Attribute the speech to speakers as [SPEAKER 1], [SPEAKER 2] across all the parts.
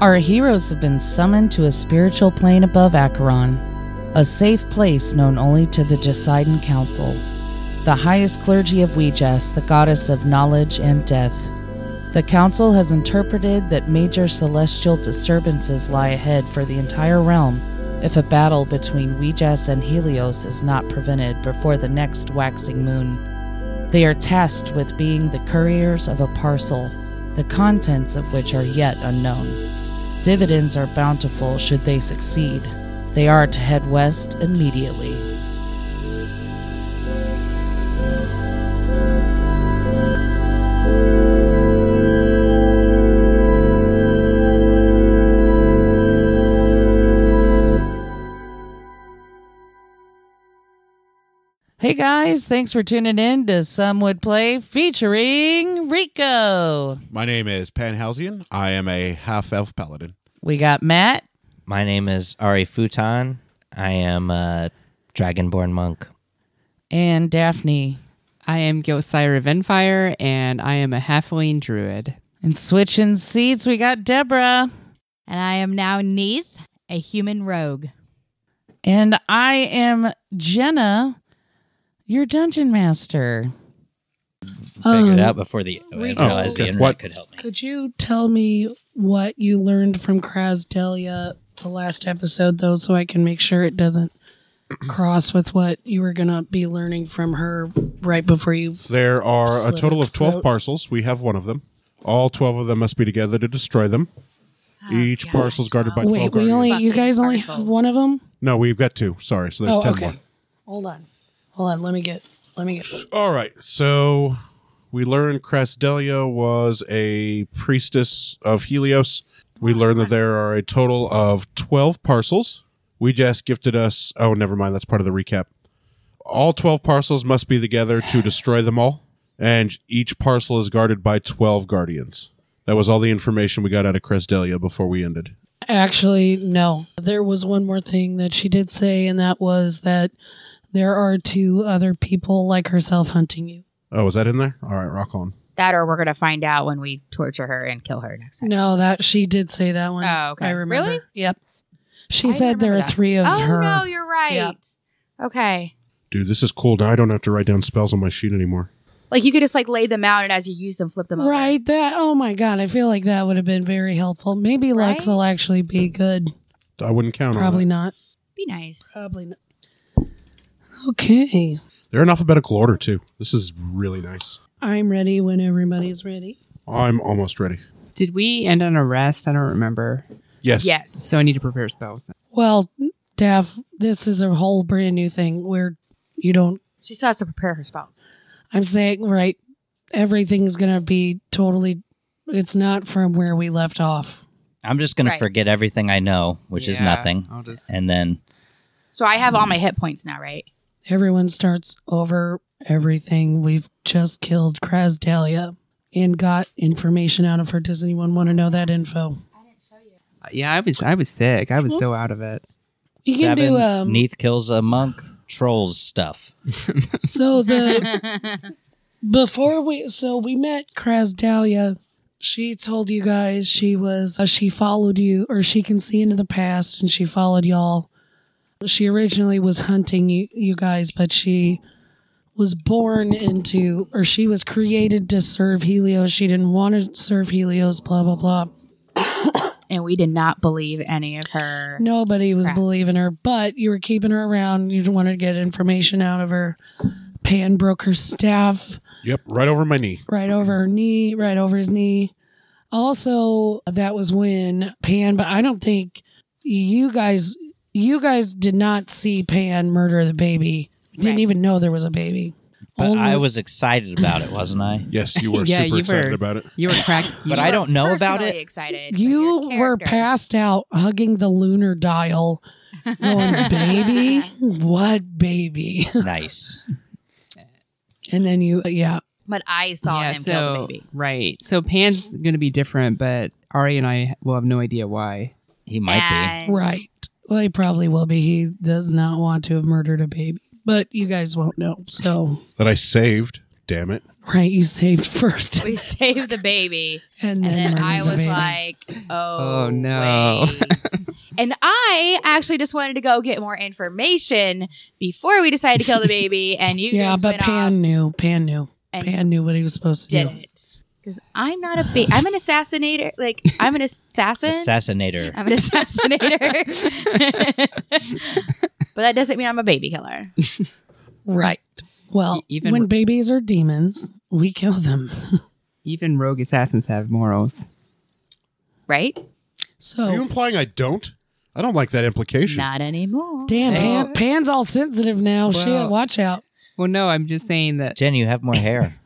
[SPEAKER 1] Our heroes have been summoned to a spiritual plane above Acheron, a safe place known only to the Jesiden Council, the highest clergy of Wejas, the goddess of knowledge and death. The council has interpreted that major celestial disturbances lie ahead for the entire realm if a battle between Wejas and Helios is not prevented before the next waxing moon. They are tasked with being the couriers of a parcel, the contents of which are yet unknown. Dividends are bountiful should they succeed. They are to head west immediately. Hey guys, thanks for tuning in to Some Would Play featuring Rico.
[SPEAKER 2] My name is Panhausian. I am a half elf paladin.
[SPEAKER 1] We got Matt.
[SPEAKER 3] My name is Ari Futon. I am a dragonborn monk.
[SPEAKER 1] and Daphne
[SPEAKER 4] I am Gilcyra Venfire, and I am a halfling druid.
[SPEAKER 1] and switching seats. We got Deborah
[SPEAKER 5] And I am now Neith, a human rogue.
[SPEAKER 1] and I am Jenna, your dungeon master.
[SPEAKER 3] Figured
[SPEAKER 6] Um,
[SPEAKER 3] it out before the I
[SPEAKER 6] Rico-
[SPEAKER 3] realized the
[SPEAKER 2] Oh, okay.
[SPEAKER 3] internet
[SPEAKER 2] What-
[SPEAKER 3] could help me.
[SPEAKER 6] Could you tell me what you learned from Krasdelia the last episode, though, so I can make sure it doesn't cross with what you were going to be learning from her right before you?
[SPEAKER 2] There are a
[SPEAKER 6] Slit
[SPEAKER 2] total
[SPEAKER 6] her
[SPEAKER 2] of 12
[SPEAKER 6] throat.
[SPEAKER 2] parcels. We have one of them. All 12 of them must be together to destroy them. Each
[SPEAKER 5] God,
[SPEAKER 2] parcel is guarded by 12
[SPEAKER 6] Wait, we
[SPEAKER 2] guardians.
[SPEAKER 6] only you
[SPEAKER 5] Fucking
[SPEAKER 6] guys only
[SPEAKER 5] parcels.
[SPEAKER 6] have one of them?
[SPEAKER 2] no, we've got two. Sorry. So there's
[SPEAKER 6] Oh,
[SPEAKER 2] 10
[SPEAKER 6] okay.
[SPEAKER 2] more.
[SPEAKER 6] Hold on, hold on. Let me get. Let me get.
[SPEAKER 2] All right. So we learned Crasdelia was a priestess of Helios. We learned that there are a total of 12 parcels. We just gifted us. Oh, never mind. That's part of the recap. All 12 parcels must be together to destroy them all. And each parcel is guarded by 12 guardians. That was all the information we got out of Crasdelia before we ended.
[SPEAKER 6] Actually, no. There was one more thing that she did say, and that was that there are two other people like herself hunting you.
[SPEAKER 2] Oh, is that in there? All right. Rock on.
[SPEAKER 5] That or we're going to find out when we torture her and kill her next time.
[SPEAKER 6] No, that she did say that one.
[SPEAKER 5] Oh, okay.
[SPEAKER 6] I remember.
[SPEAKER 5] Really?
[SPEAKER 6] Yep. She
[SPEAKER 5] I
[SPEAKER 6] said there
[SPEAKER 5] remember
[SPEAKER 6] are
[SPEAKER 5] that.
[SPEAKER 6] three of
[SPEAKER 5] Oh,
[SPEAKER 6] her.
[SPEAKER 5] no, you're right.
[SPEAKER 6] Yeah.
[SPEAKER 5] Okay.
[SPEAKER 2] Dude, this is cool. Now I don't have to write down spells on my sheet anymore.
[SPEAKER 5] Like you could just like lay them out and as you use them, flip them over.
[SPEAKER 6] Right, that. Oh my God, I feel like that would have been very helpful. Maybe Lex
[SPEAKER 5] Right?
[SPEAKER 6] will actually be good.
[SPEAKER 2] I wouldn't count on
[SPEAKER 6] Probably
[SPEAKER 2] it.
[SPEAKER 6] not.
[SPEAKER 5] Be nice.
[SPEAKER 6] Probably not. Okay,
[SPEAKER 2] They're in alphabetical order, too. This is really nice.
[SPEAKER 6] I'm ready when everybody's ready.
[SPEAKER 2] I'm almost ready.
[SPEAKER 4] Did we end on a rest? I don't remember.
[SPEAKER 2] Yes.
[SPEAKER 5] Yes.
[SPEAKER 4] So I need to prepare spells.
[SPEAKER 6] Well, Daph, this is a whole brand new thing where you don't.
[SPEAKER 5] she still has to prepare her spells.
[SPEAKER 6] I'm saying right, everything's gonna be totally. It's not from where we left off.
[SPEAKER 3] I'm just going
[SPEAKER 5] Right.
[SPEAKER 3] to forget everything I know, which is
[SPEAKER 4] Yeah,
[SPEAKER 3] nothing.
[SPEAKER 4] I'll just
[SPEAKER 3] And then
[SPEAKER 5] So I have all my hit points now, right?
[SPEAKER 6] Everyone starts over everything. We've just killed Krasdalia and got information out of her. Does anyone want to know that info?
[SPEAKER 4] yeah. I was I was sick. I was so out of it.
[SPEAKER 6] You can
[SPEAKER 3] seven,
[SPEAKER 6] do um
[SPEAKER 3] Neath kills a monk, trolls stuff.
[SPEAKER 6] so the before we so we met Krasdalia. She told you guys she was uh, she followed you or she can see into the past and she followed y'all. She originally was hunting you, you guys, but she was born into or she was created to serve Helios. She didn't want to serve Helios, blah blah blah.
[SPEAKER 5] And we did not believe any of her.
[SPEAKER 6] Nobody was
[SPEAKER 5] Crap.
[SPEAKER 6] believing her, but you were keeping her around. You wanted to get information out of her. Pan broke her staff
[SPEAKER 2] Yep. Right over my knee.
[SPEAKER 6] right over her knee, right over his knee. Also, that was when Pan, but I don't think you guys, you guys did not see Pan murder the baby. Didn't
[SPEAKER 5] Right.
[SPEAKER 6] even know there was a baby.
[SPEAKER 3] But
[SPEAKER 6] Only-
[SPEAKER 3] I was excited about it, wasn't I?
[SPEAKER 2] Yes, you were
[SPEAKER 4] Yeah,
[SPEAKER 2] super
[SPEAKER 4] you
[SPEAKER 2] excited
[SPEAKER 4] were.
[SPEAKER 2] about it.
[SPEAKER 4] You were crack.
[SPEAKER 3] But
[SPEAKER 4] you
[SPEAKER 3] I
[SPEAKER 4] were-
[SPEAKER 3] don't know about
[SPEAKER 5] Personally
[SPEAKER 3] it.
[SPEAKER 5] Excited. for
[SPEAKER 6] you
[SPEAKER 5] your
[SPEAKER 6] were
[SPEAKER 5] character.
[SPEAKER 6] passed out hugging the lunar dial, going, baby, what baby?
[SPEAKER 3] Nice.
[SPEAKER 6] And then you, yeah,
[SPEAKER 5] But I saw
[SPEAKER 4] yeah,
[SPEAKER 5] him
[SPEAKER 4] so,
[SPEAKER 5] kill the baby.
[SPEAKER 4] Right. So Pan's going to be different, but Ari and I will have no idea why.
[SPEAKER 3] He might
[SPEAKER 5] And-
[SPEAKER 6] right. Well, he probably will be. He does not want to have murdered a baby, but you guys won't know. So,
[SPEAKER 2] that I saved. Damn it.
[SPEAKER 6] right, you saved first,
[SPEAKER 5] We saved the baby.
[SPEAKER 6] and then,
[SPEAKER 5] And
[SPEAKER 6] murdered
[SPEAKER 5] then I
[SPEAKER 6] the
[SPEAKER 5] was
[SPEAKER 6] baby.
[SPEAKER 5] like, oh,
[SPEAKER 4] Oh, no.
[SPEAKER 5] wait." and I actually just wanted to go get more information before we decided to kill the baby. And you
[SPEAKER 6] yeah,
[SPEAKER 5] just
[SPEAKER 6] but
[SPEAKER 5] went
[SPEAKER 6] Pan
[SPEAKER 5] off
[SPEAKER 6] knew. Pan knew.
[SPEAKER 5] and
[SPEAKER 6] Pan knew what he was supposed to
[SPEAKER 5] did
[SPEAKER 6] do.
[SPEAKER 5] it. Because I'm not a ba- I'm an assassinator. Like, I'm an assassin.
[SPEAKER 3] Assassinator.
[SPEAKER 5] I'm an assassinator. but that doesn't mean I'm a baby killer.
[SPEAKER 6] Right. Well,
[SPEAKER 4] E- even
[SPEAKER 6] when
[SPEAKER 4] re-
[SPEAKER 6] babies are demons, we kill them.
[SPEAKER 4] Even rogue assassins have morals.
[SPEAKER 5] Right?
[SPEAKER 2] Are
[SPEAKER 4] Oh.
[SPEAKER 2] you
[SPEAKER 6] So,
[SPEAKER 2] implying I don't? I don't like that implication.
[SPEAKER 5] Not anymore.
[SPEAKER 6] damn,
[SPEAKER 4] Well-
[SPEAKER 6] Pan, Pan's all sensitive now.
[SPEAKER 4] Well-
[SPEAKER 6] Shit, watch out.
[SPEAKER 4] Well, no, I'm just saying that.
[SPEAKER 3] Jen, you have more hair.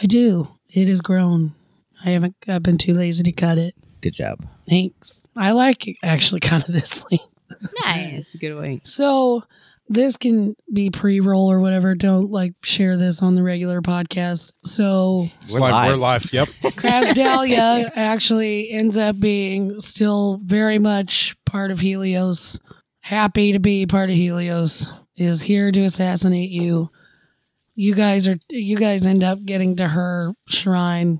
[SPEAKER 6] I do. It is grown. I haven't. I've been too lazy to cut it.
[SPEAKER 3] Good job.
[SPEAKER 6] Thanks. I like actually kind of this length.
[SPEAKER 5] Nice.
[SPEAKER 4] Good way.
[SPEAKER 6] So this can be pre-roll or whatever. Don't like share this on the regular podcast. So
[SPEAKER 2] It's like
[SPEAKER 3] live.
[SPEAKER 2] We're live. Yep.
[SPEAKER 6] Krasdalia actually ends up being still very much part of Helios. Happy to be part of Helios is here to assassinate you. You guys are you guys end up getting to her shrine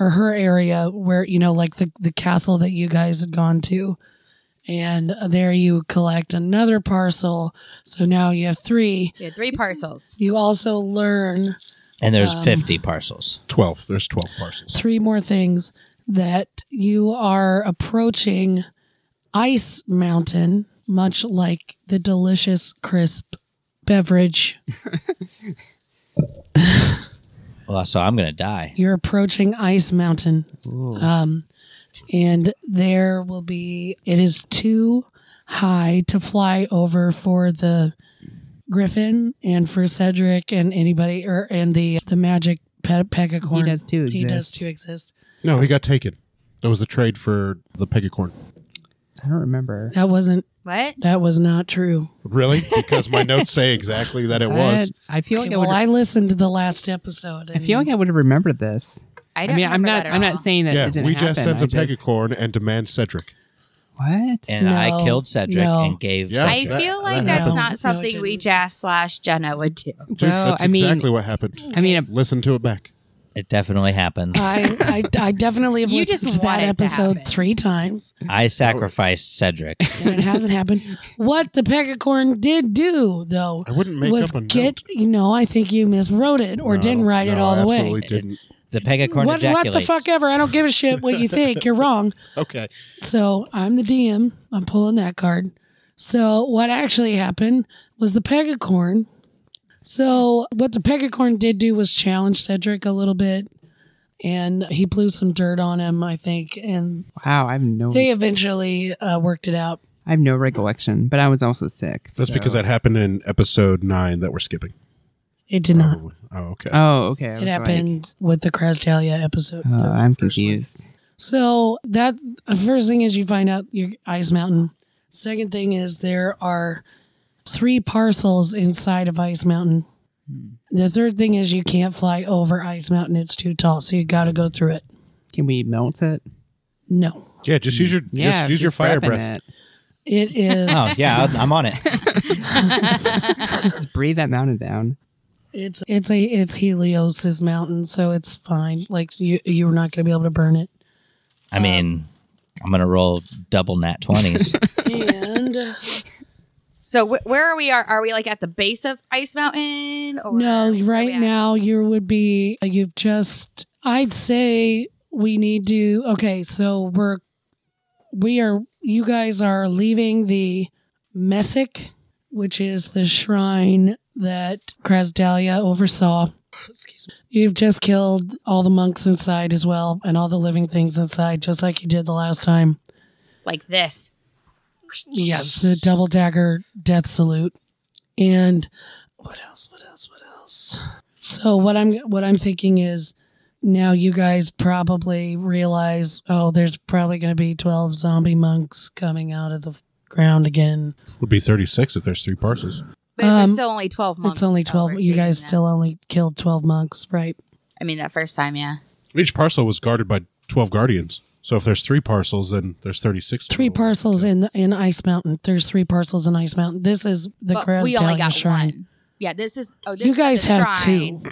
[SPEAKER 6] or her area where you know like the the castle that you guys had gone to. And there you collect another parcel. So now you have three.
[SPEAKER 5] Yeah, three parcels.
[SPEAKER 6] You also learn
[SPEAKER 3] And there's
[SPEAKER 6] Um,
[SPEAKER 3] 50 parcels.
[SPEAKER 2] 12. There's 12 parcels.
[SPEAKER 6] three more things that you are approaching Ice Mountain, much like the delicious crisp beverage.
[SPEAKER 3] Well, so I'm going to die.
[SPEAKER 6] You're approaching Ice Mountain. Um, and there will be, it is too high to fly over for the Griffin and for Cedric and anybody, or and the the magic pe-
[SPEAKER 4] He
[SPEAKER 6] pecacorn.
[SPEAKER 4] does too exist.
[SPEAKER 6] He does too exist.
[SPEAKER 2] No, he got taken. That was the trade for the pegacorn.
[SPEAKER 4] I don't remember.
[SPEAKER 6] That wasn't.
[SPEAKER 5] What?
[SPEAKER 6] That was not true.
[SPEAKER 2] Really? Because my notes say exactly that it was.
[SPEAKER 4] I, I feel like
[SPEAKER 6] Okay,
[SPEAKER 4] I would.
[SPEAKER 6] well,
[SPEAKER 4] I,
[SPEAKER 6] I listened to the last episode.
[SPEAKER 4] feel like I would have remembered this.
[SPEAKER 5] I
[SPEAKER 4] I,
[SPEAKER 5] don't
[SPEAKER 4] mean, I'm
[SPEAKER 5] remember
[SPEAKER 4] not.
[SPEAKER 5] that at
[SPEAKER 4] I'm
[SPEAKER 5] all.
[SPEAKER 4] not saying that.
[SPEAKER 2] yeah,
[SPEAKER 4] it didn't
[SPEAKER 2] we just
[SPEAKER 4] happen.
[SPEAKER 2] sent a
[SPEAKER 4] I just-
[SPEAKER 2] pegacorn and demand Cedric.
[SPEAKER 4] What?
[SPEAKER 3] And I
[SPEAKER 6] No,
[SPEAKER 3] killed Cedric
[SPEAKER 6] no.
[SPEAKER 3] and gave
[SPEAKER 2] Oh, Yeah.
[SPEAKER 5] I
[SPEAKER 3] Cedric.
[SPEAKER 2] That-
[SPEAKER 5] feel like
[SPEAKER 2] that
[SPEAKER 5] that's
[SPEAKER 6] happened. No,
[SPEAKER 5] not
[SPEAKER 6] it
[SPEAKER 5] something we
[SPEAKER 6] didn't.
[SPEAKER 5] Jazz slash Jenna would do.
[SPEAKER 2] Dude,
[SPEAKER 4] Well,
[SPEAKER 2] that's
[SPEAKER 4] I mean-
[SPEAKER 2] exactly what happened.
[SPEAKER 4] I mean,
[SPEAKER 2] Listen to it back.
[SPEAKER 3] It definitely happened.
[SPEAKER 6] I, I, I definitely have
[SPEAKER 5] You
[SPEAKER 6] listened
[SPEAKER 5] just
[SPEAKER 6] to that
[SPEAKER 5] want it to
[SPEAKER 6] episode
[SPEAKER 5] happen.
[SPEAKER 6] three times,
[SPEAKER 3] I sacrificed Cedric.
[SPEAKER 6] and it hasn't happened. What the pecacorn did do, though,
[SPEAKER 2] I wouldn't make
[SPEAKER 6] was
[SPEAKER 2] up a
[SPEAKER 6] get
[SPEAKER 2] note.
[SPEAKER 6] you know I think you miswrote it or
[SPEAKER 2] No, I
[SPEAKER 6] didn't
[SPEAKER 2] don't-
[SPEAKER 6] write it
[SPEAKER 2] no,
[SPEAKER 6] all
[SPEAKER 2] I
[SPEAKER 6] the way.
[SPEAKER 2] Absolutely didn't.
[SPEAKER 3] The pegacorn
[SPEAKER 6] What, what
[SPEAKER 3] ejaculates.
[SPEAKER 6] the fuck ever? I don't give a shit what you think. You're wrong.
[SPEAKER 2] Okay.
[SPEAKER 6] So I'm the DM. I'm pulling that card. So what actually happened was the pegacorn. So what the pegacorn did do was challenge Cedric a little bit, and he blew some dirt on him, I think, and
[SPEAKER 4] Wow, I have no.
[SPEAKER 6] they eventually uh, worked it out.
[SPEAKER 4] I have no recollection, but I was also sick.
[SPEAKER 2] That's
[SPEAKER 4] so-
[SPEAKER 2] because that happened in episode nine that we're skipping.
[SPEAKER 6] It did not.
[SPEAKER 2] Probably. Oh, okay.
[SPEAKER 4] Oh, okay. I was
[SPEAKER 6] It
[SPEAKER 4] like,
[SPEAKER 6] happened with the Crasdalia episode.
[SPEAKER 4] oh,
[SPEAKER 6] The
[SPEAKER 4] I'm
[SPEAKER 6] first one.
[SPEAKER 4] confused.
[SPEAKER 6] So that the first thing is you find out your Ice Mountain. Second thing is there are three parcels inside of Ice Mountain.
[SPEAKER 4] Hmm.
[SPEAKER 6] The third thing is you can't fly over Ice Mountain; it's too tall, so you got to go through it.
[SPEAKER 4] Can we melt it?
[SPEAKER 6] No,
[SPEAKER 2] yeah, just use your just use your fire
[SPEAKER 4] prepping
[SPEAKER 2] breath.
[SPEAKER 4] it.
[SPEAKER 6] it is
[SPEAKER 3] Oh, yeah, I- I'm on it.
[SPEAKER 4] Just breathe that mountain down.
[SPEAKER 6] it's it's a it's Helios's mountain, so it's fine. Like you you're not going to be able to burn it.
[SPEAKER 3] I mean, I'm going to roll double nat 20s.
[SPEAKER 6] And
[SPEAKER 5] So wh- where are we? Are are we like at the base of Ice Mountain? Or
[SPEAKER 6] No,
[SPEAKER 5] where are we
[SPEAKER 6] right
[SPEAKER 5] at?
[SPEAKER 6] now you would be you've just I'd say we need to okay, so we're we are you guys are leaving the Messic, which is the shrine that Krasdalia oversaw. Excuse me. You've just killed all the monks inside as well and all the living things inside, just like you did the last time.
[SPEAKER 5] like this.
[SPEAKER 6] Yes, the double dagger death salute. And what else? What else? What else? So what I'm what I'm thinking is now you guys probably realize oh there's probably going to be 12 zombie monks coming out of the ground again.
[SPEAKER 2] Would be thirty six if there's three parcels.
[SPEAKER 5] But
[SPEAKER 6] Um,
[SPEAKER 5] there's still only twelve months.
[SPEAKER 6] it's only
[SPEAKER 5] so
[SPEAKER 6] 12
[SPEAKER 5] we're
[SPEAKER 6] you guys
[SPEAKER 5] saving them.
[SPEAKER 6] still only killed 12 monks, right?
[SPEAKER 5] I mean, that first time, yeah.
[SPEAKER 2] Each parcel was guarded by twelve guardians. So if there's three parcels, then there's 36.
[SPEAKER 6] Three
[SPEAKER 2] total.
[SPEAKER 6] parcels in in Ice Mountain. There's three parcels in Ice Mountain. This is the
[SPEAKER 5] but
[SPEAKER 6] Crest
[SPEAKER 5] we only
[SPEAKER 6] Dahlia
[SPEAKER 5] got
[SPEAKER 6] Shrine.
[SPEAKER 5] one. Yeah, this is. Oh, this
[SPEAKER 6] You
[SPEAKER 5] is the
[SPEAKER 6] guys have
[SPEAKER 5] shrine.
[SPEAKER 6] two.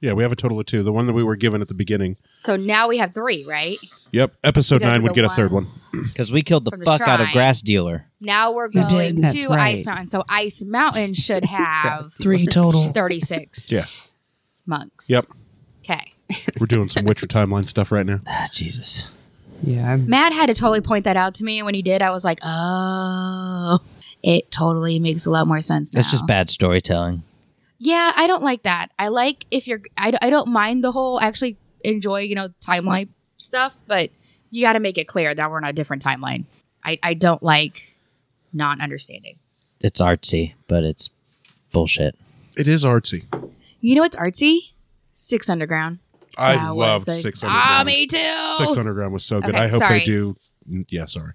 [SPEAKER 2] Yeah, we have a total of two. The one that we were given at the beginning.
[SPEAKER 5] So now we have three, right?
[SPEAKER 2] Yep. Episode
[SPEAKER 5] Because of
[SPEAKER 2] nine would
[SPEAKER 5] the
[SPEAKER 2] get a
[SPEAKER 5] one-
[SPEAKER 2] third one.
[SPEAKER 3] Because we killed the
[SPEAKER 5] From the
[SPEAKER 3] fuck out of
[SPEAKER 5] shrine.
[SPEAKER 3] Grass Dealer.
[SPEAKER 5] Now we're
[SPEAKER 6] You did.
[SPEAKER 5] going
[SPEAKER 4] That's
[SPEAKER 5] to
[SPEAKER 4] right.
[SPEAKER 5] Ice Mountain. So Ice Mountain should have
[SPEAKER 6] Three total.
[SPEAKER 5] 36
[SPEAKER 2] Yeah.
[SPEAKER 5] monks.
[SPEAKER 2] Yep.
[SPEAKER 5] Okay.
[SPEAKER 2] We're doing some Witcher timeline stuff right now.
[SPEAKER 3] Ah, Jesus.
[SPEAKER 4] Yeah, I'm
[SPEAKER 5] Matt had to totally point that out to me. And when he did, I was like, oh, it totally makes a lot more sense now.
[SPEAKER 3] That's just bad storytelling.
[SPEAKER 5] Yeah, I don't like that. I like if you're, I, I don't mind the whole, I actually enjoy, you know, timeline stuff, but you got to make it clear that we're on a different timeline. I, I don't like not understanding.
[SPEAKER 3] It's artsy, but it's bullshit.
[SPEAKER 2] It is artsy.
[SPEAKER 5] You know what's artsy? Six Underground.
[SPEAKER 2] I
[SPEAKER 5] That was
[SPEAKER 2] loved
[SPEAKER 5] a-
[SPEAKER 2] Six
[SPEAKER 5] Ah,
[SPEAKER 2] Underground.
[SPEAKER 5] me too.
[SPEAKER 2] Six Underground was so good.
[SPEAKER 5] Okay,
[SPEAKER 2] I hope
[SPEAKER 5] sorry.
[SPEAKER 2] they do. Yeah, sorry.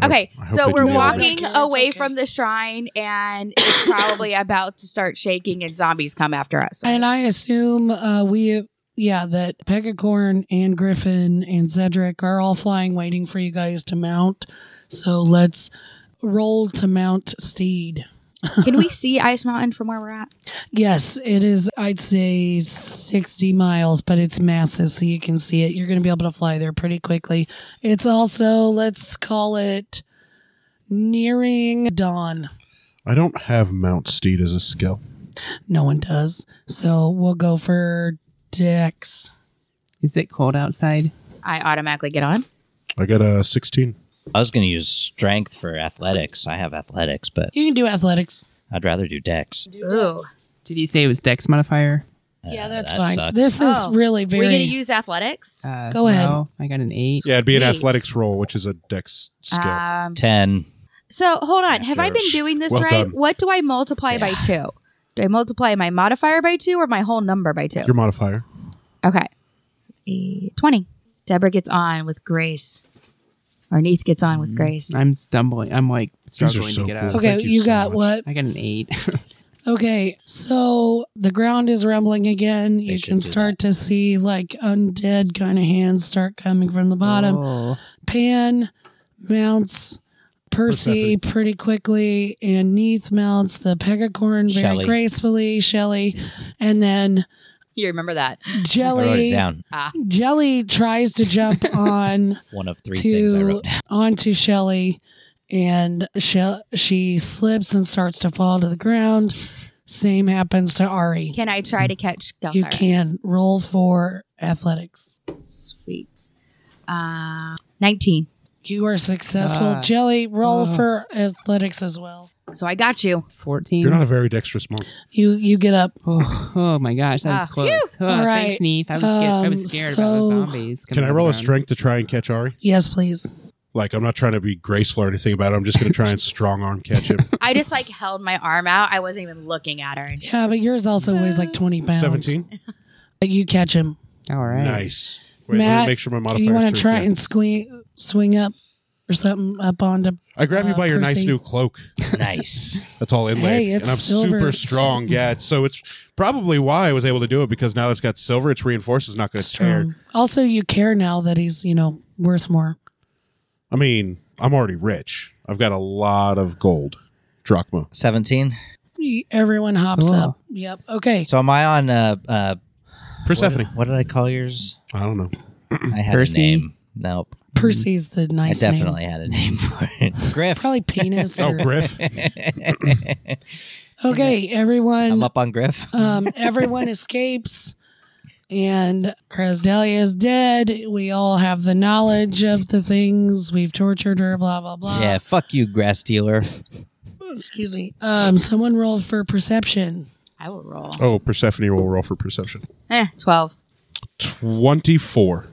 [SPEAKER 2] I
[SPEAKER 5] Okay,
[SPEAKER 2] hope- I hope
[SPEAKER 5] so
[SPEAKER 2] they do the
[SPEAKER 5] we're
[SPEAKER 2] other
[SPEAKER 5] walking
[SPEAKER 6] version. It's
[SPEAKER 5] away
[SPEAKER 6] okay.
[SPEAKER 5] from the shrine, and it's probably about to start shaking, and zombies come after us. right?
[SPEAKER 6] And I assume uh, we, yeah, that Pegacorn and Griffin and Cedric are all flying, waiting for you guys to mount. So let's roll to mount Steed.
[SPEAKER 5] Can we see Ice Mountain from where we're at?
[SPEAKER 6] Yes, it is, I'd say 60 miles, but it's massive, so you can see it. You're going to be able to fly there pretty quickly. It's also, let's call it nearing dawn.
[SPEAKER 2] I don't have Mount Steed as a skill.
[SPEAKER 6] No one does. So we'll go for Dex.
[SPEAKER 4] Is it cold outside?
[SPEAKER 5] I automatically get on.
[SPEAKER 2] I got a 16.
[SPEAKER 3] I was going to use strength for athletics. I have athletics, but
[SPEAKER 6] You can do athletics.
[SPEAKER 3] I'd rather do dex.
[SPEAKER 5] Ooh,
[SPEAKER 4] Did you say it was Dex modifier?
[SPEAKER 6] Yeah,
[SPEAKER 3] Uh,
[SPEAKER 6] that's
[SPEAKER 3] that
[SPEAKER 6] fine.
[SPEAKER 3] sucks.
[SPEAKER 6] This is
[SPEAKER 5] Oh.
[SPEAKER 6] really
[SPEAKER 5] we
[SPEAKER 6] very.
[SPEAKER 5] gonna use athletics?
[SPEAKER 4] Uh,
[SPEAKER 6] Go ahead.
[SPEAKER 4] no, I got an eight.
[SPEAKER 2] Yeah, it'd be an
[SPEAKER 5] Neat.
[SPEAKER 2] athletics roll, which is a dex skill.
[SPEAKER 5] Um,
[SPEAKER 3] 10.
[SPEAKER 5] so hold on, have I been doing this
[SPEAKER 2] Well
[SPEAKER 5] right?
[SPEAKER 2] done.
[SPEAKER 5] What do I multiply by two? Do I multiply my modifier by two or my whole number by two?
[SPEAKER 2] Your modifier.
[SPEAKER 5] Okay, so it's eight, 20. Deborah gets on with grace, or Neith gets on
[SPEAKER 2] Mm,
[SPEAKER 5] with grace.
[SPEAKER 4] I'm stumbling. I'm like
[SPEAKER 2] are
[SPEAKER 4] struggling
[SPEAKER 2] so
[SPEAKER 4] to get
[SPEAKER 2] cool.
[SPEAKER 4] up.
[SPEAKER 6] okay,
[SPEAKER 2] Thank you
[SPEAKER 6] you,
[SPEAKER 2] so
[SPEAKER 6] got
[SPEAKER 2] much.
[SPEAKER 6] what?
[SPEAKER 4] I got an eight.
[SPEAKER 6] Okay, so the ground is rumbling again. you
[SPEAKER 3] should
[SPEAKER 6] can
[SPEAKER 3] do
[SPEAKER 6] start to see like undead kind of hands start coming from the bottom.
[SPEAKER 4] Oh.
[SPEAKER 6] Pan mounts Percy pretty quickly, and Neath mounts the Pegacorn very
[SPEAKER 3] Shelley.
[SPEAKER 6] gracefully, Shelly, and then
[SPEAKER 5] you remember that?
[SPEAKER 3] I wrote it
[SPEAKER 6] Jelly.
[SPEAKER 3] down.
[SPEAKER 6] Jelly tries to jump on
[SPEAKER 3] One of three things I
[SPEAKER 6] to
[SPEAKER 3] wrote down.
[SPEAKER 6] onto Shelly, and she, she slips and starts to fall to the ground. Same happens to Ari.
[SPEAKER 5] Can I try to catch? Oh,
[SPEAKER 6] you
[SPEAKER 5] sorry.
[SPEAKER 6] can roll for athletics.
[SPEAKER 5] Sweet. Uh, 19.
[SPEAKER 6] You are successful.
[SPEAKER 4] Ah.
[SPEAKER 6] Jelly, roll
[SPEAKER 4] Ah.
[SPEAKER 6] for athletics as well.
[SPEAKER 5] So I got you.
[SPEAKER 4] 14.
[SPEAKER 2] You're not a very dexterous monk.
[SPEAKER 6] You you get up.
[SPEAKER 4] oh, oh my gosh, that was
[SPEAKER 5] Ah,
[SPEAKER 4] close. Oh,
[SPEAKER 6] All right.
[SPEAKER 4] Thanks, Neith. I was, scared. I
[SPEAKER 6] Um,
[SPEAKER 4] was scared about the
[SPEAKER 6] so-
[SPEAKER 4] zombies.
[SPEAKER 2] Can I
[SPEAKER 4] coming
[SPEAKER 2] roll a
[SPEAKER 4] around.
[SPEAKER 2] strength to try and catch Ari?
[SPEAKER 6] Yes, please.
[SPEAKER 2] Like, I'm not trying to be graceful or anything about it. I'm just going to try and strong arm catch him.
[SPEAKER 5] I just like held my arm out. I wasn't even looking at her.
[SPEAKER 6] Yeah, but yours also weighs like twenty pounds.
[SPEAKER 2] 17?
[SPEAKER 6] But you catch him.
[SPEAKER 4] All right.
[SPEAKER 2] Nice. Wait, let
[SPEAKER 6] Matt,
[SPEAKER 2] me make sure my modifier
[SPEAKER 6] You want to try and swing swing up or something up onto.
[SPEAKER 2] I grab you
[SPEAKER 6] uh,
[SPEAKER 2] by your nice
[SPEAKER 6] Percy?
[SPEAKER 2] new cloak.
[SPEAKER 3] Nice.
[SPEAKER 2] That's all inlaid.
[SPEAKER 6] Hey, it's
[SPEAKER 2] and I'm
[SPEAKER 6] silver.
[SPEAKER 2] super strong. Yeah. it's- So it's probably why I was able to do it because now it's got silver. It's reinforced. It's not going to tear.
[SPEAKER 6] Strong. Also, you care now that he's you know worth more.
[SPEAKER 2] I mean, I'm already rich. I've got a lot of gold. Drachma.
[SPEAKER 3] 17.
[SPEAKER 6] Y- Everyone hops
[SPEAKER 4] Cool.
[SPEAKER 6] up. Yep. Okay.
[SPEAKER 3] So am I on uh uh
[SPEAKER 2] Persephone.
[SPEAKER 3] What, what did I call yours?
[SPEAKER 2] I don't know.
[SPEAKER 3] I had
[SPEAKER 4] Percy?
[SPEAKER 3] a name. Nope.
[SPEAKER 6] Percy's the nice
[SPEAKER 3] Mm-hmm. I
[SPEAKER 6] name.
[SPEAKER 3] definitely had a name for it. Griff.
[SPEAKER 6] Probably penis.
[SPEAKER 2] Oh,
[SPEAKER 6] or-
[SPEAKER 2] Griff.
[SPEAKER 6] okay, everyone.
[SPEAKER 3] I'm up on Griff.
[SPEAKER 6] Um, everyone escapes, and Krasdelia is dead. We all have the knowledge of the things we've tortured her. Blah blah blah.
[SPEAKER 3] yeah, fuck you, grass dealer.
[SPEAKER 6] Excuse me. Um, someone rolled for perception.
[SPEAKER 5] I will roll.
[SPEAKER 2] Oh, Persephone will roll for perception.
[SPEAKER 5] Eh, 12.
[SPEAKER 2] 24.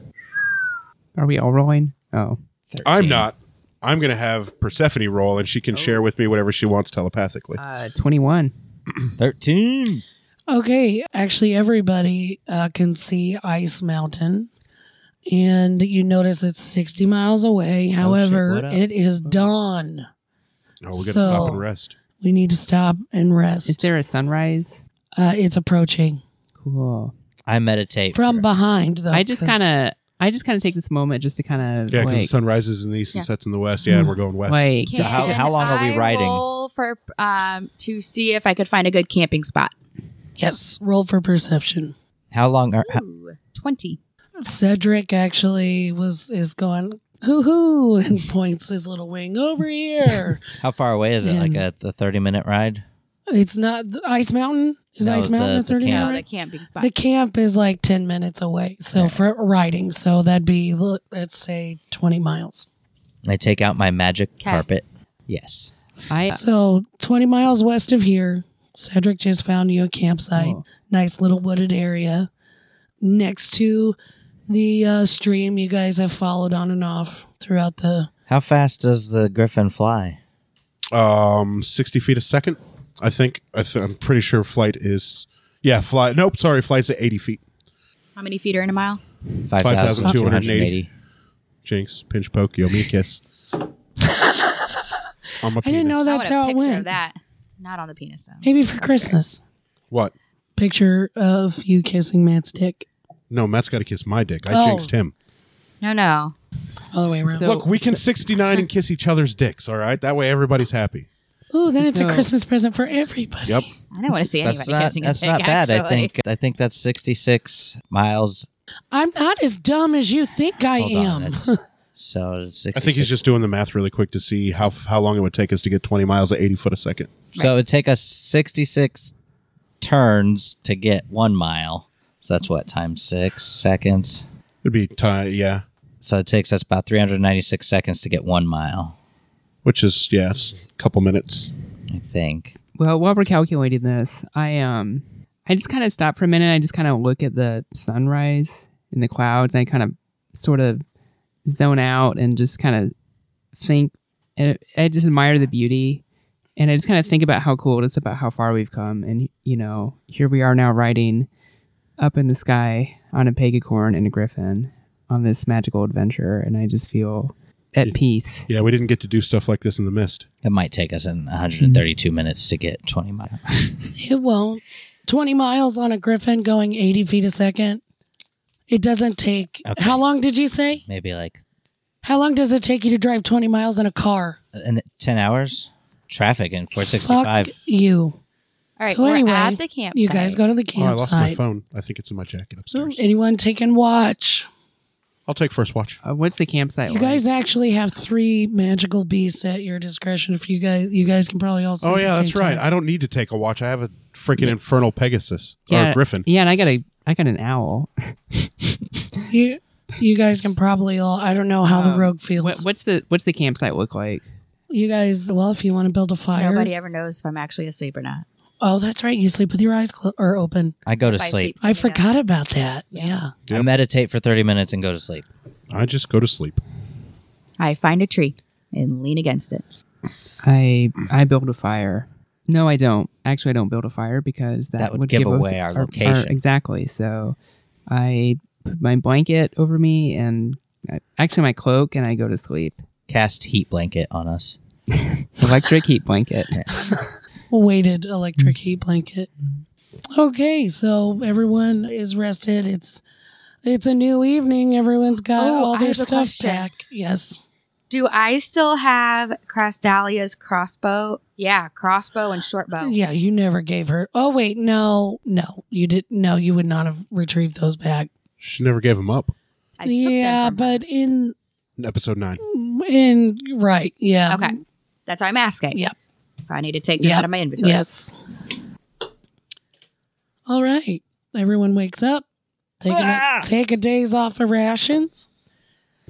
[SPEAKER 4] Are we all rolling? Oh.
[SPEAKER 2] I'm not. I'm going to have Persephone roll and she
[SPEAKER 6] Oh.
[SPEAKER 2] can share with me whatever she wants telepathically.
[SPEAKER 4] Uh, 21.
[SPEAKER 3] 13.
[SPEAKER 6] Okay, actually, everybody uh, can see Ice Mountain, and you notice it's sixty miles away. However,
[SPEAKER 3] Oh, what up?
[SPEAKER 6] it is dawn.
[SPEAKER 2] oh, we got to
[SPEAKER 6] so-
[SPEAKER 2] stop and rest.
[SPEAKER 6] We need to stop and rest.
[SPEAKER 4] Is there a sunrise?
[SPEAKER 6] uh, it's approaching
[SPEAKER 4] Cool.
[SPEAKER 3] I meditate.
[SPEAKER 6] from
[SPEAKER 3] for-
[SPEAKER 6] behind, though.
[SPEAKER 4] I just
[SPEAKER 6] 'cause-
[SPEAKER 4] kind of I just kind of take this moment just to kind of
[SPEAKER 2] Yeah, because the
[SPEAKER 4] like,
[SPEAKER 2] sun rises in the east and
[SPEAKER 5] Yeah.
[SPEAKER 2] sets in the west. Yeah, and we're going west.
[SPEAKER 4] like
[SPEAKER 3] So how-
[SPEAKER 5] Can
[SPEAKER 3] how long are we
[SPEAKER 5] I
[SPEAKER 3] riding?
[SPEAKER 5] roll for um to see if I could find a good camping spot.
[SPEAKER 6] Yes, roll for perception.
[SPEAKER 3] How long are? How,
[SPEAKER 5] Ooh, Twenty.
[SPEAKER 6] Cedric actually was is going hoo hoo and points his little wing over here.
[SPEAKER 3] how far away is it? Like
[SPEAKER 6] Yeah.
[SPEAKER 3] a, a thirty-minute ride?
[SPEAKER 6] it's not the Ice Mountain. Is
[SPEAKER 3] No,
[SPEAKER 6] Ice Mountain
[SPEAKER 3] the-
[SPEAKER 6] a
[SPEAKER 3] the
[SPEAKER 6] thirty
[SPEAKER 3] camp.
[SPEAKER 5] No,
[SPEAKER 6] minute?
[SPEAKER 5] the
[SPEAKER 6] ride?
[SPEAKER 5] camping spot.
[SPEAKER 6] The camp is like ten minutes away. So for riding, so that'd be look, let's say twenty miles.
[SPEAKER 3] I take out my magic
[SPEAKER 5] 'Kay.
[SPEAKER 3] carpet. Yes.
[SPEAKER 4] I
[SPEAKER 6] So twenty miles west of here, Cedric just found you a campsite.
[SPEAKER 3] Oh.
[SPEAKER 4] Whoa.
[SPEAKER 6] Nice little wooded area next to the uh, stream you guys have followed on and off throughout the
[SPEAKER 3] How fast does the griffin fly?
[SPEAKER 2] Um, sixty feet a second, I think. I th- I'm pretty sure flight is. Yeah, fly. Nope, sorry, flight's at eighty feet.
[SPEAKER 5] how many feet are in a mile?
[SPEAKER 2] 5,280. Jinx, pinch, poke, you owe me a kiss. I'm a
[SPEAKER 6] I didn't know
[SPEAKER 2] penis.
[SPEAKER 6] that.
[SPEAKER 5] I
[SPEAKER 6] That's
[SPEAKER 5] want a
[SPEAKER 6] how it
[SPEAKER 5] picture
[SPEAKER 6] went.
[SPEAKER 5] Of that. Not on the penis though.
[SPEAKER 6] Maybe for Christmas.
[SPEAKER 2] What?
[SPEAKER 6] Picture of you kissing Matt's dick.
[SPEAKER 2] No, Matt's got to kiss my dick. I
[SPEAKER 6] Oh.
[SPEAKER 2] jinxed him.
[SPEAKER 5] No, no.
[SPEAKER 6] All the way around.
[SPEAKER 4] So-
[SPEAKER 2] Look, we can 69 and kiss each other's dicks, all right? That way everybody's happy.
[SPEAKER 6] Ooh, then it's a
[SPEAKER 4] So-
[SPEAKER 6] Christmas present for everybody.
[SPEAKER 2] Yep.
[SPEAKER 5] I don't want to see anybody
[SPEAKER 3] That's not,
[SPEAKER 5] kissing a
[SPEAKER 3] that's
[SPEAKER 5] dick,
[SPEAKER 3] not bad. I
[SPEAKER 5] actually.
[SPEAKER 3] think I think that's 66 miles.
[SPEAKER 6] I'm not as dumb as you think I
[SPEAKER 3] Hold on.
[SPEAKER 6] am.
[SPEAKER 3] That's, so 66.
[SPEAKER 2] I think he's just doing the math really quick to see how how long it would take us to get 20 miles at 80 foot a second.
[SPEAKER 3] So it would take us 66 turns to get one mile. So that's what, times six seconds?
[SPEAKER 2] It'd be time, yeah.
[SPEAKER 3] So it takes us about 396 seconds to get one mile,
[SPEAKER 2] Which is, yeah, it's a couple minutes.
[SPEAKER 3] I think.
[SPEAKER 4] well, while we're calculating this, I um, I just kind of stop for a minute. I just kind of look at the sunrise in the clouds. I kind of sort of zone out and just kind of think. And I just admire the beauty, and I just kind of think about how cool it is, about how far we've come, and you know, here we are now riding up in the sky on a pegacorn and a griffin on this magical adventure, and I just feel at peace.
[SPEAKER 2] Yeah, we didn't get to do stuff like this in the mist.
[SPEAKER 3] It might take us in 132 minutes to get 20 miles.
[SPEAKER 6] It won't. 20 miles on a griffin going 80 feet a second. It doesn't take.
[SPEAKER 3] Okay.
[SPEAKER 6] How long did you say?
[SPEAKER 3] Maybe like
[SPEAKER 6] How long does it take you to drive 20 miles in a car?
[SPEAKER 3] uh, in 10 hours? Traffic in 465.
[SPEAKER 6] Fuck you.
[SPEAKER 5] All right,
[SPEAKER 6] So
[SPEAKER 5] we're
[SPEAKER 6] anyway,
[SPEAKER 5] at the campsite.
[SPEAKER 6] You guys go to the
[SPEAKER 2] Oh, I lost my
[SPEAKER 6] campsite.
[SPEAKER 2] phone. I think it's in my jacket upstairs.
[SPEAKER 6] Anyone taking watch?
[SPEAKER 2] I'll take first watch.
[SPEAKER 4] Uh, what's the campsite?
[SPEAKER 6] You
[SPEAKER 4] like?
[SPEAKER 6] guys actually have three magical beasts at your discretion. If you guys, you guys can probably all.
[SPEAKER 2] Oh, yeah, that's right. I don't need to take a watch. I have a freaking infernal Pegasus or a griffin.
[SPEAKER 4] Yeah, and I got a I got an owl.
[SPEAKER 6] You, you guys can probably all. I don't know how the
[SPEAKER 4] Um,
[SPEAKER 6] rogue feels.
[SPEAKER 4] What, what's the what's the campsite look like?
[SPEAKER 6] you guys, well, if you want to build a fire,
[SPEAKER 5] Nobody ever knows if I'm actually asleep or not.
[SPEAKER 6] oh, that's right. You sleep with your eyes clo- or open.
[SPEAKER 3] I go to
[SPEAKER 5] If I
[SPEAKER 3] sleep.
[SPEAKER 5] sleep,
[SPEAKER 6] I
[SPEAKER 5] something
[SPEAKER 6] forgot about that. Yeah.
[SPEAKER 3] I meditate for 30 minutes and go to sleep.
[SPEAKER 2] I just go to sleep.
[SPEAKER 5] else. I find a tree and lean against it.
[SPEAKER 4] I I build a fire. No, I don't. Actually, I don't build a fire because that,
[SPEAKER 3] That would give
[SPEAKER 4] us
[SPEAKER 3] away our location.
[SPEAKER 4] exactly. So I put my blanket over me and I, actually my cloak, and I go to sleep.
[SPEAKER 3] Cast heat blanket on us.
[SPEAKER 4] Electric heat blanket.
[SPEAKER 6] weighted electric heat blanket. Okay, so everyone is rested. It's it's a new evening. Everyone's got
[SPEAKER 5] Oh,
[SPEAKER 6] all
[SPEAKER 5] I
[SPEAKER 6] their
[SPEAKER 5] have a
[SPEAKER 6] stuff
[SPEAKER 5] question.
[SPEAKER 6] back. Yes.
[SPEAKER 5] Do I still have Crastalia's crossbow? Yeah, crossbow and short bow.
[SPEAKER 6] Yeah, you never gave her. Oh wait, no, no, you did. No, you would not have retrieved those back.
[SPEAKER 2] She never gave him up.
[SPEAKER 5] I took them
[SPEAKER 6] Yeah,
[SPEAKER 5] from her.
[SPEAKER 6] but in
[SPEAKER 2] In episode nine.
[SPEAKER 6] in right, yeah,
[SPEAKER 5] okay, that's why I'm asking.
[SPEAKER 6] Yep.
[SPEAKER 5] So I need to take them
[SPEAKER 6] Yep.
[SPEAKER 5] out of my inventory.
[SPEAKER 6] yes. All right, everyone wakes up. Take a, take a days off of rations.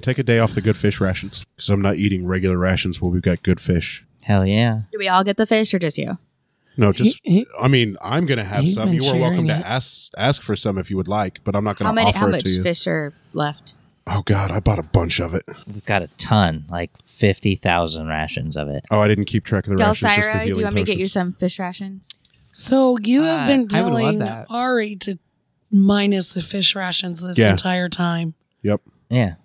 [SPEAKER 2] Take a day off the good fish rations because I'm not eating regular rations while we've got good fish.
[SPEAKER 3] Hell yeah.
[SPEAKER 5] Do we all get the fish or just you?
[SPEAKER 2] No, just
[SPEAKER 6] He- he-
[SPEAKER 2] I mean, I'm gonna have
[SPEAKER 6] He's
[SPEAKER 2] some.
[SPEAKER 6] been
[SPEAKER 2] You are welcome to
[SPEAKER 6] sharing it.
[SPEAKER 2] ask ask for some if you would like, but I'm not gonna
[SPEAKER 5] how many?
[SPEAKER 2] offer
[SPEAKER 5] How
[SPEAKER 2] it
[SPEAKER 5] much
[SPEAKER 2] to you.
[SPEAKER 5] fish are left?
[SPEAKER 2] Oh God, I bought a bunch of it.
[SPEAKER 3] We've got a ton, like 50,000 rations of it.
[SPEAKER 2] Oh, I didn't keep track of the rations. Just the
[SPEAKER 5] Delsira, do
[SPEAKER 2] healing
[SPEAKER 5] you want me to get you
[SPEAKER 2] potions.
[SPEAKER 5] some fish rations?
[SPEAKER 6] So you have
[SPEAKER 4] Uh,
[SPEAKER 6] been
[SPEAKER 4] I would love
[SPEAKER 6] telling
[SPEAKER 4] that.
[SPEAKER 6] Ari to minus the fish rations this
[SPEAKER 2] Yeah.
[SPEAKER 6] entire time.
[SPEAKER 2] Yep.
[SPEAKER 3] Yeah.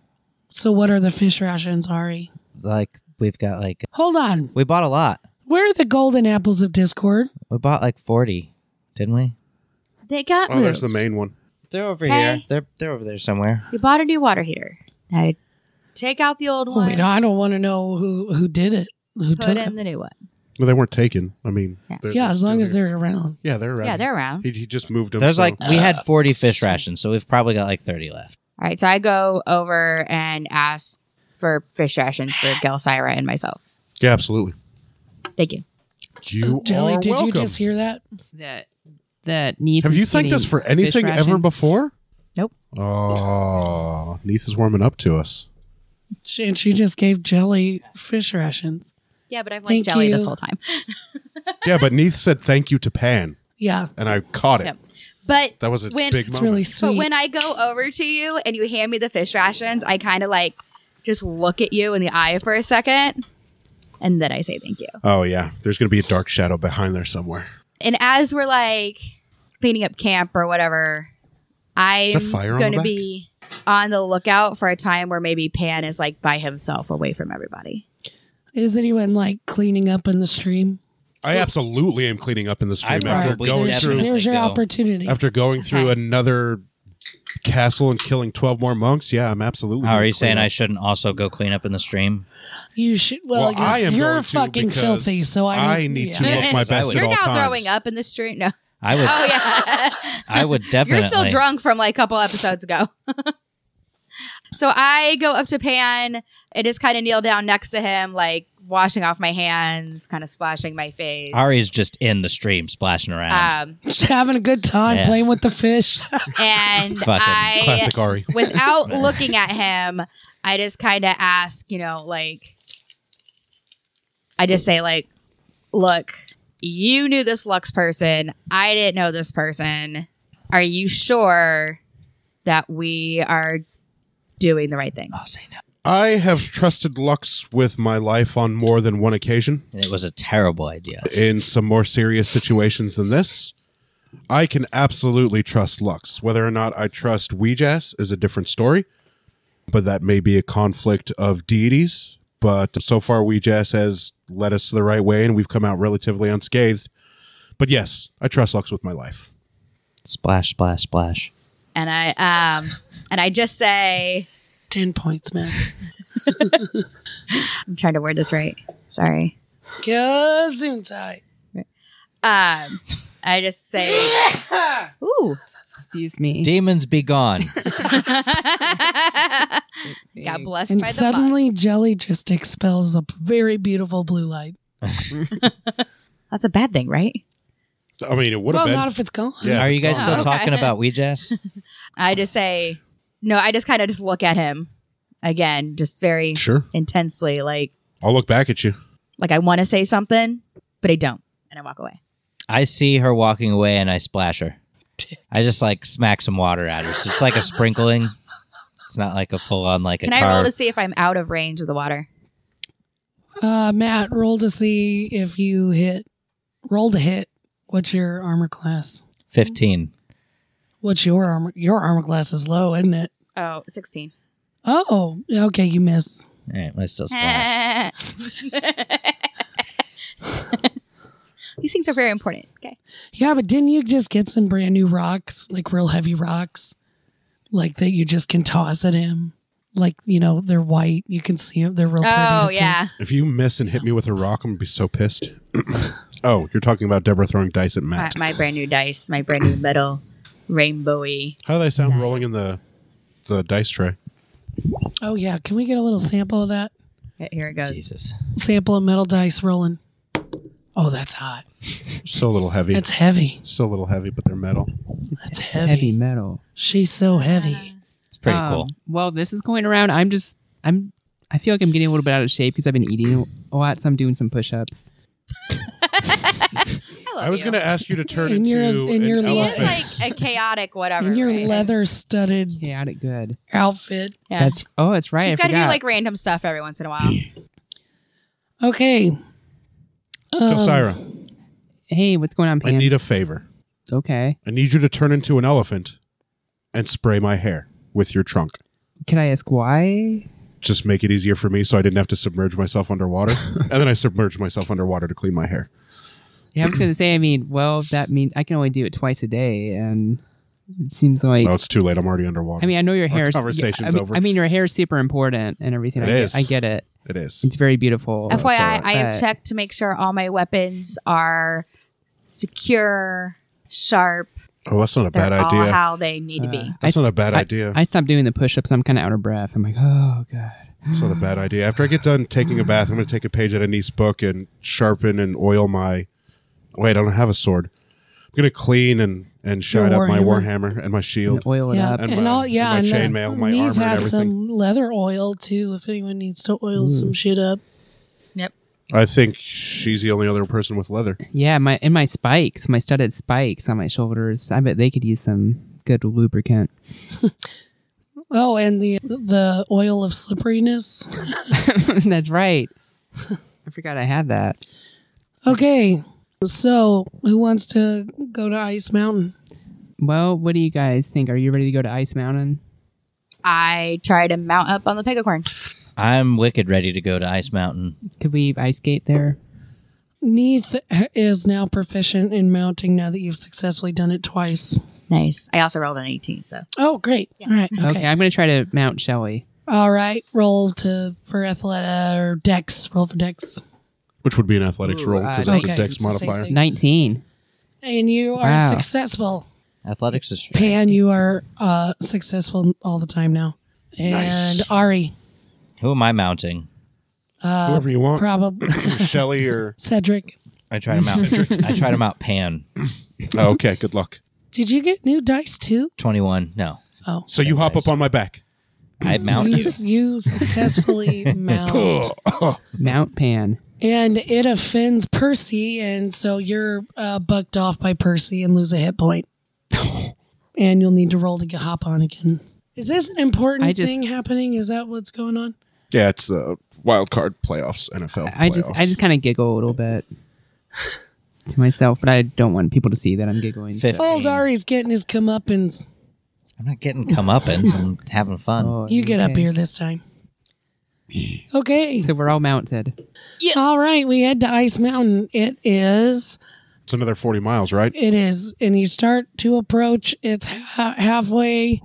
[SPEAKER 6] So what are the fish rations, Ari?
[SPEAKER 3] Like, we've got like,
[SPEAKER 6] Hold on.
[SPEAKER 3] we bought a lot.
[SPEAKER 6] Where are the golden apples of Discord?
[SPEAKER 3] We bought like 40, didn't we?
[SPEAKER 5] They got
[SPEAKER 2] Oh, there's the
[SPEAKER 5] moved.
[SPEAKER 2] main one.
[SPEAKER 3] They're over here.
[SPEAKER 5] Okay.
[SPEAKER 3] They're they're over there somewhere.
[SPEAKER 5] You bought a new water heater. Now you take out the old one.
[SPEAKER 6] Oh, Wait, I don't want to know who who did it. Who
[SPEAKER 5] put
[SPEAKER 6] took
[SPEAKER 5] in
[SPEAKER 6] it?
[SPEAKER 5] the new one.
[SPEAKER 2] Well, they weren't taken. I mean,
[SPEAKER 5] Yeah.
[SPEAKER 2] they're-
[SPEAKER 6] Yeah,
[SPEAKER 2] they're
[SPEAKER 6] as long
[SPEAKER 2] still
[SPEAKER 6] as
[SPEAKER 2] here.
[SPEAKER 6] they're around.
[SPEAKER 2] yeah, they're around.
[SPEAKER 5] Yeah, they're around.
[SPEAKER 2] He, he just moved them.
[SPEAKER 3] There's
[SPEAKER 2] so-
[SPEAKER 3] like we
[SPEAKER 5] uh,
[SPEAKER 3] had 40 fish rations, so we've probably got like 30 left.
[SPEAKER 5] All right, so I go over and ask for fish rations for Gelsira and myself.
[SPEAKER 2] yeah, absolutely.
[SPEAKER 5] Thank you.
[SPEAKER 2] You
[SPEAKER 6] Oh, Jelly,
[SPEAKER 2] are
[SPEAKER 6] did
[SPEAKER 2] welcome.
[SPEAKER 6] you just hear that?
[SPEAKER 4] that that needs.
[SPEAKER 2] Have you thanked us for anything ever before?
[SPEAKER 5] Nope.
[SPEAKER 2] Oh, Neith is warming up to us.
[SPEAKER 6] She, and she just gave Jelly fish rations.
[SPEAKER 5] Yeah, but I've
[SPEAKER 6] Thank
[SPEAKER 5] liked jelly this
[SPEAKER 6] you.
[SPEAKER 5] whole time.
[SPEAKER 2] Yeah, but Neith said thank you to Pan,
[SPEAKER 6] Yeah,
[SPEAKER 2] and I caught it.
[SPEAKER 5] Yep. But
[SPEAKER 2] That was a
[SPEAKER 5] When-
[SPEAKER 2] big
[SPEAKER 6] it's
[SPEAKER 2] moment.
[SPEAKER 6] really sweet.
[SPEAKER 5] but when I go over to you and you hand me the fish rations, I kind of like just look at you in the eye for a second, and then I say thank you.
[SPEAKER 2] oh yeah, there's gonna be a dark shadow behind there somewhere.
[SPEAKER 5] And as we're like cleaning up camp or whatever, I'm
[SPEAKER 2] a fire on the
[SPEAKER 5] going to
[SPEAKER 2] back?
[SPEAKER 5] be on the lookout for a time where maybe Pan is like by himself, away from everybody.
[SPEAKER 6] Is anyone like cleaning up in the stream?
[SPEAKER 2] I absolutely am cleaning up in the stream after
[SPEAKER 3] probably
[SPEAKER 2] going
[SPEAKER 6] there's,
[SPEAKER 2] through
[SPEAKER 3] definitely
[SPEAKER 6] there's your
[SPEAKER 3] go.
[SPEAKER 6] opportunity.
[SPEAKER 2] after going through
[SPEAKER 5] Okay.
[SPEAKER 2] another castle and killing twelve more monks. Yeah, I'm absolutely.
[SPEAKER 3] How are
[SPEAKER 2] gonna
[SPEAKER 3] you
[SPEAKER 2] clean
[SPEAKER 3] saying
[SPEAKER 2] up.
[SPEAKER 3] I shouldn't also go clean up in the stream?
[SPEAKER 6] you should. Well,
[SPEAKER 2] Well, I am
[SPEAKER 6] you're
[SPEAKER 2] going to
[SPEAKER 6] fucking
[SPEAKER 2] because
[SPEAKER 6] filthy, so I,
[SPEAKER 2] I need
[SPEAKER 6] yeah.
[SPEAKER 2] to look my
[SPEAKER 3] Yes, I
[SPEAKER 2] best
[SPEAKER 3] would.
[SPEAKER 2] at
[SPEAKER 5] You're
[SPEAKER 2] all
[SPEAKER 5] now
[SPEAKER 2] times.
[SPEAKER 5] throwing up in the stream. No.
[SPEAKER 3] I would
[SPEAKER 5] Oh yeah.
[SPEAKER 3] I would definitely
[SPEAKER 5] You're still drunk from like a couple episodes ago. so I go up to Pan and just kind of kneel down next to him, like washing off my hands, kind of splashing my face.
[SPEAKER 3] Ari's just in the stream splashing around.
[SPEAKER 5] Um,
[SPEAKER 6] having a good time
[SPEAKER 3] Yeah.
[SPEAKER 6] playing with the fish.
[SPEAKER 5] and
[SPEAKER 3] Fucking
[SPEAKER 5] I,
[SPEAKER 2] Classic Ari.
[SPEAKER 5] without looking at him, I just kind of ask, you know, like, I just say, like, look, you knew this Lux person. I didn't know this person. Are you sure that we are doing the right thing?
[SPEAKER 3] oh, say no.
[SPEAKER 2] I have trusted Lux with my life on more than one occasion.
[SPEAKER 3] And it was a terrible idea.
[SPEAKER 2] in some more serious situations than this, I can absolutely trust Lux. Whether or not I trust Weejas is a different story, but that may be a conflict of deities. But so far, Weejas has led us the right way, and we've come out relatively unscathed. But yes, I trust Lux with my life.
[SPEAKER 3] Splash, splash, splash.
[SPEAKER 5] And I, um, and I just say,
[SPEAKER 6] Ten points, man.
[SPEAKER 5] I'm trying to word this right. Sorry.
[SPEAKER 6] Gesundheit.
[SPEAKER 5] Um, I just say, ooh,
[SPEAKER 4] Excuse me.
[SPEAKER 3] Demons be gone.
[SPEAKER 5] got blessed
[SPEAKER 6] And
[SPEAKER 5] by the bug.
[SPEAKER 6] suddenly, Jelly just expels a very beautiful blue light.
[SPEAKER 5] That's a bad thing, right?
[SPEAKER 2] I mean, it would
[SPEAKER 6] well,
[SPEAKER 2] have
[SPEAKER 6] not
[SPEAKER 2] been.
[SPEAKER 6] if it's gone.
[SPEAKER 2] Yeah,
[SPEAKER 3] are you guys
[SPEAKER 2] it's
[SPEAKER 3] still
[SPEAKER 5] gone.
[SPEAKER 3] talking
[SPEAKER 5] Okay.
[SPEAKER 3] about Ouija's?
[SPEAKER 5] I just say, no, I just kind of just look at him again, just very
[SPEAKER 2] Sure.
[SPEAKER 5] intensely, like
[SPEAKER 2] I'll look back at you.
[SPEAKER 5] like I want to say something, but I don't, and I walk away.
[SPEAKER 3] I see her walking away and I splash her. I just like smack some water at her. So it's like a sprinkling. It's not like a full on like a
[SPEAKER 5] Can
[SPEAKER 3] car.
[SPEAKER 5] I roll to see if I'm out of range of the water?
[SPEAKER 6] Uh, Matt, roll to see if you hit. Roll to hit. What's your armor class?
[SPEAKER 3] 15.
[SPEAKER 6] What's your armor? Your armor class is low, isn't it?
[SPEAKER 5] Oh, 16.
[SPEAKER 6] Oh, okay, you miss.
[SPEAKER 3] All right, let's still splash.
[SPEAKER 5] Eh. These things are very important. Okay.
[SPEAKER 6] Yeah, but didn't you just get some brand new rocks, like real heavy rocks, like that you just can toss at him? Like you know, they're white. You can see them. They're real. pretty
[SPEAKER 5] Oh
[SPEAKER 6] to see.
[SPEAKER 5] yeah.
[SPEAKER 2] If you miss and hit me with a rock, I'm going to be so pissed. oh, you're talking about Deborah throwing dice at
[SPEAKER 5] My,
[SPEAKER 2] Matt.
[SPEAKER 5] my brand new dice, my brand new metal rainbowy.
[SPEAKER 2] How do they sound rolling in the the dice tray?
[SPEAKER 6] Oh yeah. Can we get a little sample of that?
[SPEAKER 5] Here it goes.
[SPEAKER 3] Jesus.
[SPEAKER 6] Sample of metal dice rolling. Oh, that's hot.
[SPEAKER 2] Still a little heavy.
[SPEAKER 6] That's heavy.
[SPEAKER 2] Still a little heavy, but they're metal.
[SPEAKER 6] That's
[SPEAKER 4] heavy.
[SPEAKER 6] heavy.
[SPEAKER 4] metal.
[SPEAKER 6] She's so heavy.
[SPEAKER 3] It's pretty
[SPEAKER 4] Um,
[SPEAKER 3] cool.
[SPEAKER 4] Well, this is going around. I'm just I'm I feel like I'm getting a little bit out of shape because I've been eating a lot, so I'm doing some push-ups.
[SPEAKER 5] love
[SPEAKER 2] I was
[SPEAKER 5] you.
[SPEAKER 2] going to ask you to turn
[SPEAKER 6] And
[SPEAKER 2] into
[SPEAKER 6] you're- and
[SPEAKER 2] an
[SPEAKER 6] you're-
[SPEAKER 5] She
[SPEAKER 2] elephant.
[SPEAKER 5] is like a chaotic whatever.
[SPEAKER 6] In your
[SPEAKER 5] right?
[SPEAKER 6] leather-studded
[SPEAKER 4] Chaotic good.
[SPEAKER 6] outfit.
[SPEAKER 5] Yeah.
[SPEAKER 4] That's oh, that's right.
[SPEAKER 5] She's
[SPEAKER 4] got
[SPEAKER 5] got to do like random stuff every once in a while.
[SPEAKER 6] Okay.
[SPEAKER 4] um,
[SPEAKER 6] Um,
[SPEAKER 2] Jelsira,
[SPEAKER 4] hey, what's going on,
[SPEAKER 2] I
[SPEAKER 4] Pam?
[SPEAKER 2] need a favor.
[SPEAKER 4] okay,
[SPEAKER 2] I need you to turn into an elephant and spray my hair with your trunk.
[SPEAKER 4] can I ask why?
[SPEAKER 2] Just make it easier for me so I didn't have to submerge myself underwater. and then I submerged myself underwater to clean my hair.
[SPEAKER 4] Yeah, I was gonna say. I mean, well, that means I can only do it twice a day, and It seems like
[SPEAKER 2] No, Oh, it's too late. I'm already underwater.
[SPEAKER 4] I mean, I know your
[SPEAKER 2] Our
[SPEAKER 4] hair. is-
[SPEAKER 2] conversation's
[SPEAKER 4] I mean,
[SPEAKER 2] over.
[SPEAKER 4] I mean, your hair is super important and everything.
[SPEAKER 2] It
[SPEAKER 4] I, get-
[SPEAKER 2] is.
[SPEAKER 4] I get it.
[SPEAKER 2] it is.
[SPEAKER 4] It's very beautiful.
[SPEAKER 2] That's all
[SPEAKER 5] FYI,
[SPEAKER 2] right.
[SPEAKER 5] I have
[SPEAKER 4] Uh,
[SPEAKER 5] checked to make sure all my weapons are secure, sharp.
[SPEAKER 2] Oh, that's not a
[SPEAKER 5] They're
[SPEAKER 2] bad
[SPEAKER 5] all
[SPEAKER 2] idea.
[SPEAKER 5] how they need to be.
[SPEAKER 2] That's
[SPEAKER 4] I-
[SPEAKER 2] not a bad
[SPEAKER 4] I-
[SPEAKER 2] idea.
[SPEAKER 4] I stopped doing the push-ups. I'm kind of out of breath. I'm like, oh god.
[SPEAKER 2] It's not a bad idea. After I get done taking a bath, I'm going to take a page out of Nice's book and sharpen and oil my. Wait, I don't have a sword. I'm going to clean and and shine up my
[SPEAKER 6] warhammer.
[SPEAKER 2] warhammer and my
[SPEAKER 4] And
[SPEAKER 2] shield.
[SPEAKER 4] oil it
[SPEAKER 6] yeah,
[SPEAKER 4] up.
[SPEAKER 2] And
[SPEAKER 6] and,
[SPEAKER 2] my-
[SPEAKER 6] all yeah,
[SPEAKER 2] and my
[SPEAKER 6] and, uh,
[SPEAKER 2] chainmail, my
[SPEAKER 6] Neve
[SPEAKER 2] armor and
[SPEAKER 6] has
[SPEAKER 2] everything.
[SPEAKER 6] some leather oil too. If anyone needs to oil some shit up,
[SPEAKER 2] I think she's the only other person with leather.
[SPEAKER 4] Yeah, my and my spikes, my studded spikes on my shoulders. I bet they could use some good lubricant.
[SPEAKER 6] oh, and the the oil of slipperiness.
[SPEAKER 4] That's right. I forgot I had that.
[SPEAKER 6] Okay, so who wants to go to Ice Mountain?
[SPEAKER 4] Well, what do you guys think? Are you ready to go to Ice Mountain?
[SPEAKER 5] I try to mount up on the pegacorn.
[SPEAKER 3] I'm wicked ready to go to Ice Mountain.
[SPEAKER 4] Could we ice skate there?
[SPEAKER 6] Neith is now proficient in mounting now that you've successfully done it twice.
[SPEAKER 5] Nice. I also rolled an 18, so
[SPEAKER 6] Oh, great! All right, okay.
[SPEAKER 4] Okay, I'm going to try to mount Shelly.
[SPEAKER 6] all right. Roll to for Athleta or Dex. Roll for Dex,
[SPEAKER 2] Which would be an athletics
[SPEAKER 4] Ooh,
[SPEAKER 2] roll
[SPEAKER 4] I
[SPEAKER 2] because
[SPEAKER 4] don't-
[SPEAKER 2] that's a
[SPEAKER 6] Okay,
[SPEAKER 2] dex
[SPEAKER 6] it's the same
[SPEAKER 2] modifier.
[SPEAKER 6] thing.
[SPEAKER 4] 19.
[SPEAKER 6] and you are
[SPEAKER 4] Wow.
[SPEAKER 6] successful.
[SPEAKER 3] Athletics is
[SPEAKER 6] Pan, you are uh, successful all the time now, and
[SPEAKER 2] Nice.
[SPEAKER 6] Ari,
[SPEAKER 3] Who am I mounting?
[SPEAKER 6] uh,
[SPEAKER 2] Whoever you want,
[SPEAKER 6] probably
[SPEAKER 2] Shelly or
[SPEAKER 6] Cedric.
[SPEAKER 3] I try to mount. I try to mount Pan.
[SPEAKER 2] oh, okay. Good luck.
[SPEAKER 6] Did you get new dice too?
[SPEAKER 3] Twenty-one. No,
[SPEAKER 6] Oh,
[SPEAKER 2] So you hop
[SPEAKER 3] Nice.
[SPEAKER 2] up on my back.
[SPEAKER 3] I mount
[SPEAKER 6] you,
[SPEAKER 3] you.
[SPEAKER 6] you successfully mount.
[SPEAKER 4] Mount Pan.
[SPEAKER 6] And it offends Percy, and so you're uh, bucked off by Percy and lose a hit point. and you'll need to roll to get hop on again. Is this an important
[SPEAKER 4] I just-
[SPEAKER 6] thing happening? Is that what's going on?
[SPEAKER 2] Yeah, it's the wild card playoffs, NFL.
[SPEAKER 4] I just I
[SPEAKER 2] playoffs.
[SPEAKER 4] just kind of giggle a little bit to myself, but I don't want people to see that I'm giggling. so-
[SPEAKER 3] Fifth.
[SPEAKER 6] Old Ari's getting his comeuppance.
[SPEAKER 3] I'm not getting comeuppance. I'm having fun.
[SPEAKER 4] Oh,
[SPEAKER 6] You get up
[SPEAKER 4] okay.
[SPEAKER 6] here this time. Okay.
[SPEAKER 4] So we're all mounted.
[SPEAKER 6] All right, we head to Ice Mountain. It is,
[SPEAKER 2] it's another forty miles, right?
[SPEAKER 6] it is, and you start to approach. It's ha- halfway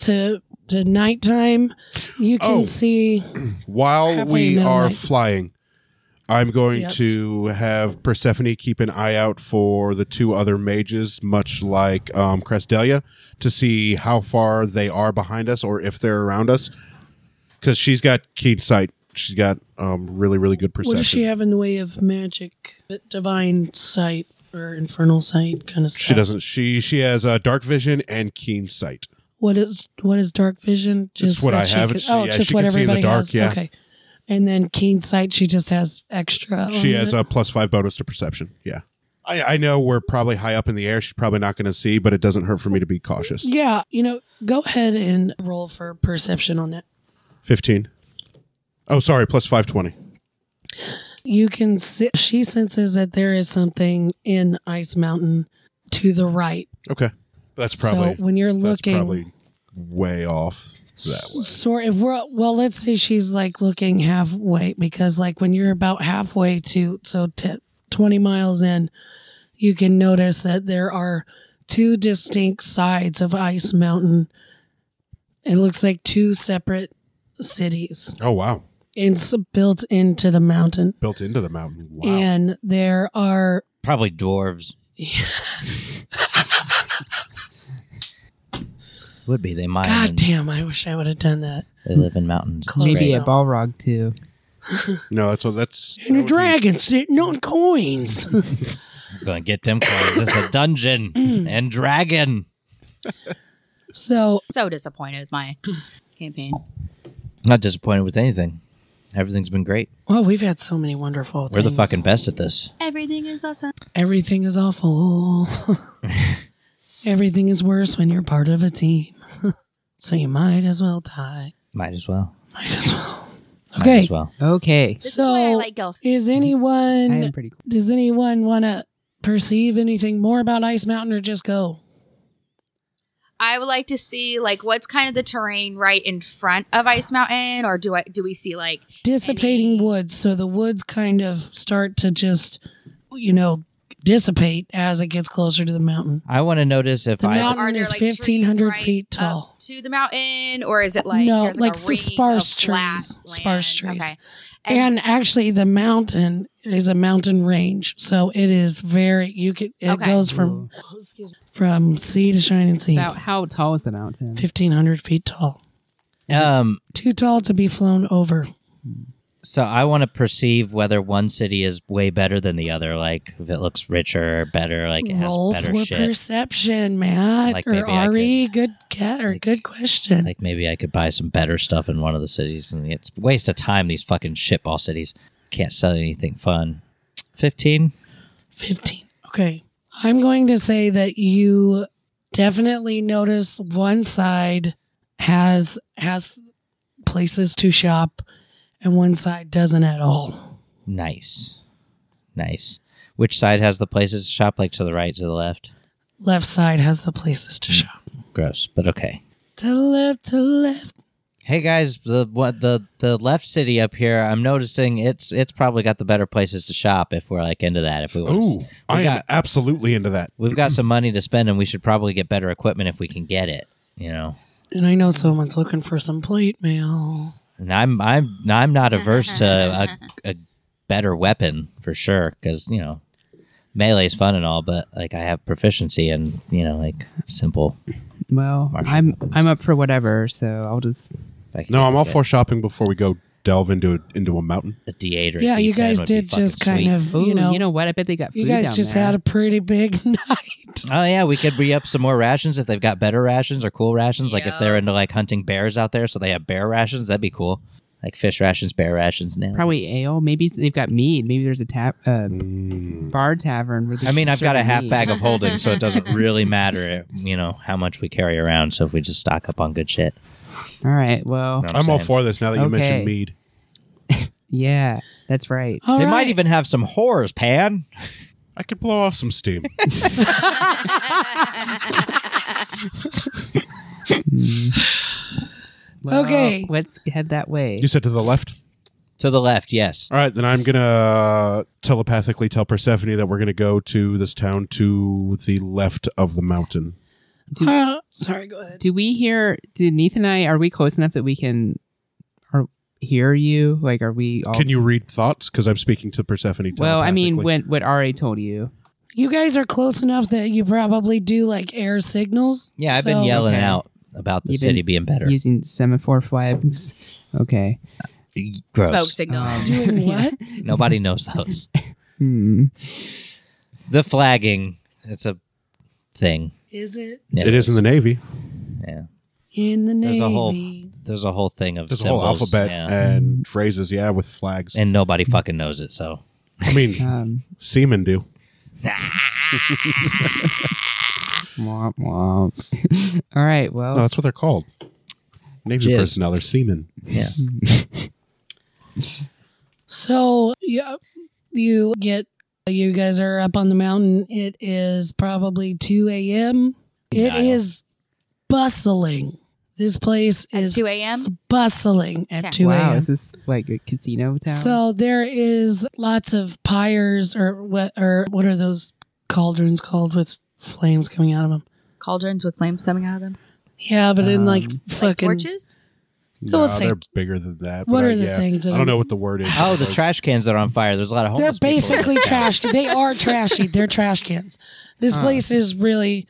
[SPEAKER 6] to to nighttime. You can
[SPEAKER 2] Oh.
[SPEAKER 6] see.
[SPEAKER 2] While
[SPEAKER 6] Halfway in
[SPEAKER 2] we
[SPEAKER 6] the middle
[SPEAKER 2] are
[SPEAKER 6] night.
[SPEAKER 2] flying, I'm going
[SPEAKER 6] Yes.
[SPEAKER 2] to have Persephone keep an eye out for the two other mages, much like um, Crestelia, to see how far they are behind us or if they're around us. Because she's got keen sight. She's got um, really, really good perception.
[SPEAKER 6] What does she have in the way of magic, divine sight, or infernal sight kind of stuff?
[SPEAKER 2] She doesn't. She she has uh, dark vision and keen sight.
[SPEAKER 6] What is what is dark vision?
[SPEAKER 2] It's what
[SPEAKER 6] that
[SPEAKER 2] I
[SPEAKER 6] she
[SPEAKER 2] have.
[SPEAKER 6] can-
[SPEAKER 2] It's-
[SPEAKER 6] oh,
[SPEAKER 2] yeah,
[SPEAKER 6] just
[SPEAKER 2] she
[SPEAKER 6] what
[SPEAKER 2] can see in the
[SPEAKER 6] everybody
[SPEAKER 2] dark,
[SPEAKER 6] has.
[SPEAKER 2] yeah.
[SPEAKER 6] Okay. And then keen sight, she just has extra.
[SPEAKER 2] She
[SPEAKER 6] on
[SPEAKER 2] has
[SPEAKER 6] it.
[SPEAKER 2] a plus five bonus to perception. Yeah. I, I know we're probably high up in the air. She's probably not going to see, but it doesn't hurt for me to be cautious.
[SPEAKER 6] Yeah, you know, go ahead and roll for perception on that.
[SPEAKER 2] 15. Oh, sorry. Plus 520.
[SPEAKER 6] You can see, she senses that there is something in Ice Mountain to the right.
[SPEAKER 2] Okay. That's probably,
[SPEAKER 6] so when you're
[SPEAKER 2] that's
[SPEAKER 6] looking,
[SPEAKER 2] probably way off that way.
[SPEAKER 6] sort if we're well, let's say she's like looking halfway because like when you're about halfway to so t- 20 miles in, you can notice that there are two distinct sides of Ice Mountain. It looks like two separate cities.
[SPEAKER 2] Oh, wow.
[SPEAKER 6] It's built into the mountain.
[SPEAKER 2] Built into the mountain. Wow.
[SPEAKER 6] And there are
[SPEAKER 3] Probably dwarves. Would be. They mine.
[SPEAKER 6] God
[SPEAKER 3] and
[SPEAKER 6] damn, I wish I would have done that.
[SPEAKER 3] They live in mountains. It's
[SPEAKER 6] Close
[SPEAKER 4] Maybe
[SPEAKER 3] great.
[SPEAKER 4] a
[SPEAKER 6] enough.
[SPEAKER 4] Balrog too.
[SPEAKER 2] no, that's what that's.
[SPEAKER 6] And a dragon sitting on coins.
[SPEAKER 3] I'm gonna get them coins. It's a dungeon
[SPEAKER 6] Mm.
[SPEAKER 3] and dragon.
[SPEAKER 6] so
[SPEAKER 5] so disappointed with my campaign.
[SPEAKER 3] Not disappointed with anything. Everything's been great.
[SPEAKER 6] well, we've had so many wonderful
[SPEAKER 3] We're the
[SPEAKER 6] things.
[SPEAKER 3] fucking best at this.
[SPEAKER 5] Everything is awesome.
[SPEAKER 6] Everything is awful. Everything is worse when you're part of a team. so you might as well die.
[SPEAKER 3] Might as well.
[SPEAKER 6] Might as well.
[SPEAKER 3] Might
[SPEAKER 6] Okay.
[SPEAKER 3] as well. Mm-hmm.
[SPEAKER 4] Okay.
[SPEAKER 5] This
[SPEAKER 6] so
[SPEAKER 5] is why I like girls.
[SPEAKER 6] is
[SPEAKER 4] I am
[SPEAKER 6] anyone
[SPEAKER 4] pretty cool.
[SPEAKER 6] does anyone want to perceive anything more about Ice Mountain or just go?
[SPEAKER 5] I would like to see like what's kind of the terrain right in front of Ice Mountain, or do I do we see like
[SPEAKER 6] dissipating
[SPEAKER 5] Any-
[SPEAKER 6] woods so the woods kind of start to just you know dissipate as it gets closer to the mountain.
[SPEAKER 3] I want to notice if
[SPEAKER 6] The
[SPEAKER 3] I
[SPEAKER 6] mountain
[SPEAKER 5] Are there,
[SPEAKER 6] is
[SPEAKER 5] like, trees
[SPEAKER 6] 1,500
[SPEAKER 5] right
[SPEAKER 6] feet
[SPEAKER 5] up
[SPEAKER 6] tall.
[SPEAKER 5] to the mountain, or is it like
[SPEAKER 6] No,
[SPEAKER 5] there's
[SPEAKER 6] like
[SPEAKER 5] a
[SPEAKER 6] for
[SPEAKER 5] ring
[SPEAKER 6] sparse
[SPEAKER 5] of flat
[SPEAKER 6] trees, sparse
[SPEAKER 5] land?
[SPEAKER 6] trees.
[SPEAKER 5] Okay.
[SPEAKER 6] And, actually, the mountain is a mountain range, so it is very you can. It
[SPEAKER 5] Okay.
[SPEAKER 6] goes from from sea to shining sea,
[SPEAKER 4] About how tall is the mountain?
[SPEAKER 6] fifteen hundred feet tall.
[SPEAKER 3] um
[SPEAKER 6] Too tall to be flown over.
[SPEAKER 3] so I want to perceive whether one city is way better than the other, like if it looks richer or better, like it has
[SPEAKER 6] Roll
[SPEAKER 3] better
[SPEAKER 6] for
[SPEAKER 3] shit.
[SPEAKER 6] perception, Matt
[SPEAKER 3] Like,
[SPEAKER 6] or
[SPEAKER 3] maybe I
[SPEAKER 6] Ari. Good cat or good question.
[SPEAKER 3] Like maybe I could buy some better stuff in one of the cities, and it's a waste of time. These fucking shitball cities can't sell you anything fun. Fifteen.
[SPEAKER 6] 15. Okay. I'm going to say that you definitely notice one side has has places to shop and one side doesn't at all.
[SPEAKER 3] Nice. Nice. Which side has the places to shop? Like to the right, to the left?
[SPEAKER 6] Left side has the places to shop.
[SPEAKER 3] Gross, but okay.
[SPEAKER 6] To the left, to the left.
[SPEAKER 3] Hey guys, the what the the left city up here, I'm noticing it's it's probably got the better places to shop if we're like into that. If we want
[SPEAKER 2] Ooh,
[SPEAKER 3] to,
[SPEAKER 2] I am
[SPEAKER 3] got-
[SPEAKER 2] absolutely into that.
[SPEAKER 3] we've got some money to spend and we should probably get better equipment if we can get it, you know.
[SPEAKER 6] And I know someone's looking for some plate mail.
[SPEAKER 3] And I'm I'm I'm not averse to a, a better weapon for sure cuz, you know, melee's fun and all, but like I have proficiency and, you know, like simple.
[SPEAKER 4] Well,
[SPEAKER 3] Marshall
[SPEAKER 4] I'm
[SPEAKER 3] Mathers.
[SPEAKER 4] I'm up for whatever, so I'll just
[SPEAKER 3] if I can
[SPEAKER 2] No, I'm all
[SPEAKER 3] get
[SPEAKER 2] for shopping before we go delve into a, into a mountain.
[SPEAKER 3] a D8 or a
[SPEAKER 6] yeah, you
[SPEAKER 3] D10
[SPEAKER 6] guys
[SPEAKER 3] would be
[SPEAKER 6] did just
[SPEAKER 3] fucking
[SPEAKER 6] kind
[SPEAKER 3] sweet.
[SPEAKER 6] of,
[SPEAKER 4] Ooh,
[SPEAKER 6] you know,
[SPEAKER 4] what? I bet they got food
[SPEAKER 6] you guys
[SPEAKER 4] down
[SPEAKER 6] just
[SPEAKER 4] there.
[SPEAKER 6] had a pretty big night.
[SPEAKER 3] Oh yeah, we could re up some more rations if they've got better rations or cool rations. Like
[SPEAKER 5] Yeah.
[SPEAKER 3] if they're into like hunting bears out there, so they have bear rations. That'd be cool. Like fish rations, bear rations. Now,
[SPEAKER 4] probably ale. Maybe they've got mead. Maybe there's a tap uh, bar tavern. Where they
[SPEAKER 3] Mm. I mean, I've got a
[SPEAKER 4] serve
[SPEAKER 3] half
[SPEAKER 4] mead.
[SPEAKER 3] bag of holding, so it doesn't really matter, you know, how much we carry around. So if we just stock up on good shit,
[SPEAKER 4] All right. Well,
[SPEAKER 3] you know what
[SPEAKER 2] I'm all
[SPEAKER 3] saying?
[SPEAKER 2] for this now that you mentioned
[SPEAKER 4] Okay.
[SPEAKER 2] mead.
[SPEAKER 4] yeah, that's right.
[SPEAKER 6] All
[SPEAKER 3] They
[SPEAKER 6] right.
[SPEAKER 3] might even have some whores, Pan.
[SPEAKER 2] I could blow off some steam.
[SPEAKER 4] Well,
[SPEAKER 6] Okay.
[SPEAKER 4] let's head that way.
[SPEAKER 2] you said to the left?
[SPEAKER 3] To the left, yes.
[SPEAKER 2] All right, then I'm going to uh, telepathically tell Persephone that we're going to go to this town to the left of the mountain.
[SPEAKER 6] Uh, sorry, go ahead.
[SPEAKER 4] Do we hear? Do Neith and I? Are we close enough that we can? Are, hear you? Like, are we all?
[SPEAKER 6] Um,
[SPEAKER 2] Can you read thoughts? Because I'm speaking to Persephone.
[SPEAKER 4] well, I mean,
[SPEAKER 2] telepathically.
[SPEAKER 4] when, what Ari told you.
[SPEAKER 6] You guys are close enough that you probably do like air signals.
[SPEAKER 3] Yeah, I've been
[SPEAKER 6] So-
[SPEAKER 3] yelling
[SPEAKER 4] okay.
[SPEAKER 3] out about the
[SPEAKER 4] You've
[SPEAKER 3] city
[SPEAKER 4] been
[SPEAKER 3] being better.
[SPEAKER 4] Using semaphore flags. Okay.
[SPEAKER 3] Gross.
[SPEAKER 5] Smoke signal.
[SPEAKER 6] Doing what?
[SPEAKER 3] Nobody knows those.
[SPEAKER 4] Hmm.
[SPEAKER 3] the flagging. It's a thing.
[SPEAKER 6] Is it
[SPEAKER 3] Yeah,
[SPEAKER 2] it is in the Navy.
[SPEAKER 3] Yeah.
[SPEAKER 6] in the
[SPEAKER 3] There's
[SPEAKER 6] Navy?
[SPEAKER 3] a whole- There's a whole thing of
[SPEAKER 2] There's a
[SPEAKER 3] symbols.
[SPEAKER 2] whole alphabet
[SPEAKER 3] yeah.
[SPEAKER 2] and phrases, yeah, with flags.
[SPEAKER 3] and nobody fucking knows it. So
[SPEAKER 2] I mean,
[SPEAKER 4] Um,
[SPEAKER 2] seamen do.
[SPEAKER 4] womp womp. All right. Well,
[SPEAKER 6] Oh.
[SPEAKER 2] No, that's what they're called. Navy
[SPEAKER 3] Jizz.
[SPEAKER 2] personnel, they're seamen.
[SPEAKER 3] yeah,
[SPEAKER 6] So yeah, you get you guys are up on the mountain. It is probably two a.m. It
[SPEAKER 3] Yeah, I don't-
[SPEAKER 6] is bustling. This place
[SPEAKER 5] At
[SPEAKER 6] is
[SPEAKER 5] 2 a.m.
[SPEAKER 6] bustling at
[SPEAKER 5] Okay.
[SPEAKER 6] two
[SPEAKER 4] wow.
[SPEAKER 6] a.m.
[SPEAKER 4] Is this like a casino town?
[SPEAKER 6] So there is lots of pyres or what or what are those cauldrons called with flames coming out of them?
[SPEAKER 5] Cauldrons with flames coming out of them.
[SPEAKER 6] Yeah, but in like
[SPEAKER 4] Um,
[SPEAKER 5] Like
[SPEAKER 6] fucking
[SPEAKER 5] torches?
[SPEAKER 6] So
[SPEAKER 2] No,
[SPEAKER 6] let's say-
[SPEAKER 2] they're bigger than that.
[SPEAKER 6] What
[SPEAKER 2] but
[SPEAKER 6] are
[SPEAKER 2] I-
[SPEAKER 6] the
[SPEAKER 2] yeah.
[SPEAKER 6] things that
[SPEAKER 2] I don't
[SPEAKER 6] are-
[SPEAKER 2] know what the word is.
[SPEAKER 3] Oh, the
[SPEAKER 2] Those-
[SPEAKER 3] trash cans that are on fire. There's a lot of
[SPEAKER 6] They're
[SPEAKER 3] homeless. people in
[SPEAKER 6] basically
[SPEAKER 3] this town.
[SPEAKER 6] trash. They are trashy. They're trash cans. This
[SPEAKER 3] Uh.
[SPEAKER 4] Huh.
[SPEAKER 6] place is really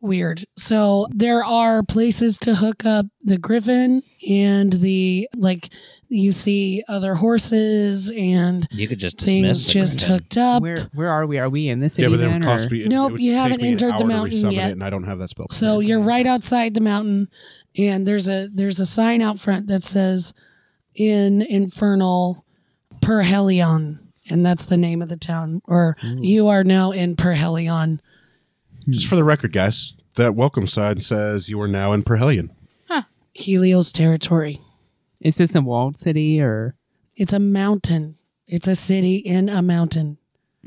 [SPEAKER 6] weird. So there are places to hook up the griffin and the like. You see other horses and
[SPEAKER 3] You could just dismiss
[SPEAKER 6] things
[SPEAKER 3] the
[SPEAKER 6] just
[SPEAKER 3] griffin.
[SPEAKER 6] hooked up.
[SPEAKER 4] where where are we? Are we in this city
[SPEAKER 2] Yeah, but it
[SPEAKER 4] then?
[SPEAKER 2] would
[SPEAKER 4] or-
[SPEAKER 2] cost me. It,
[SPEAKER 6] Nope,
[SPEAKER 2] it would
[SPEAKER 6] you
[SPEAKER 2] take
[SPEAKER 6] haven't
[SPEAKER 2] me an
[SPEAKER 6] entered the
[SPEAKER 2] hour to
[SPEAKER 6] mountain
[SPEAKER 2] resummon
[SPEAKER 6] yet.
[SPEAKER 2] It, and I don't have that spell.
[SPEAKER 6] So you're right outside the mountain, and there's a there's a sign out front that says "In Infernal Perhelion," and that's the name of the town. Or
[SPEAKER 4] Mm.
[SPEAKER 6] you are now in Perhelion.
[SPEAKER 2] Just for the record, guys, that welcome sign says you are now in Perhelion.
[SPEAKER 6] Helios territory.
[SPEAKER 4] Is this a walled city or
[SPEAKER 6] It's a mountain. It's a city in a mountain.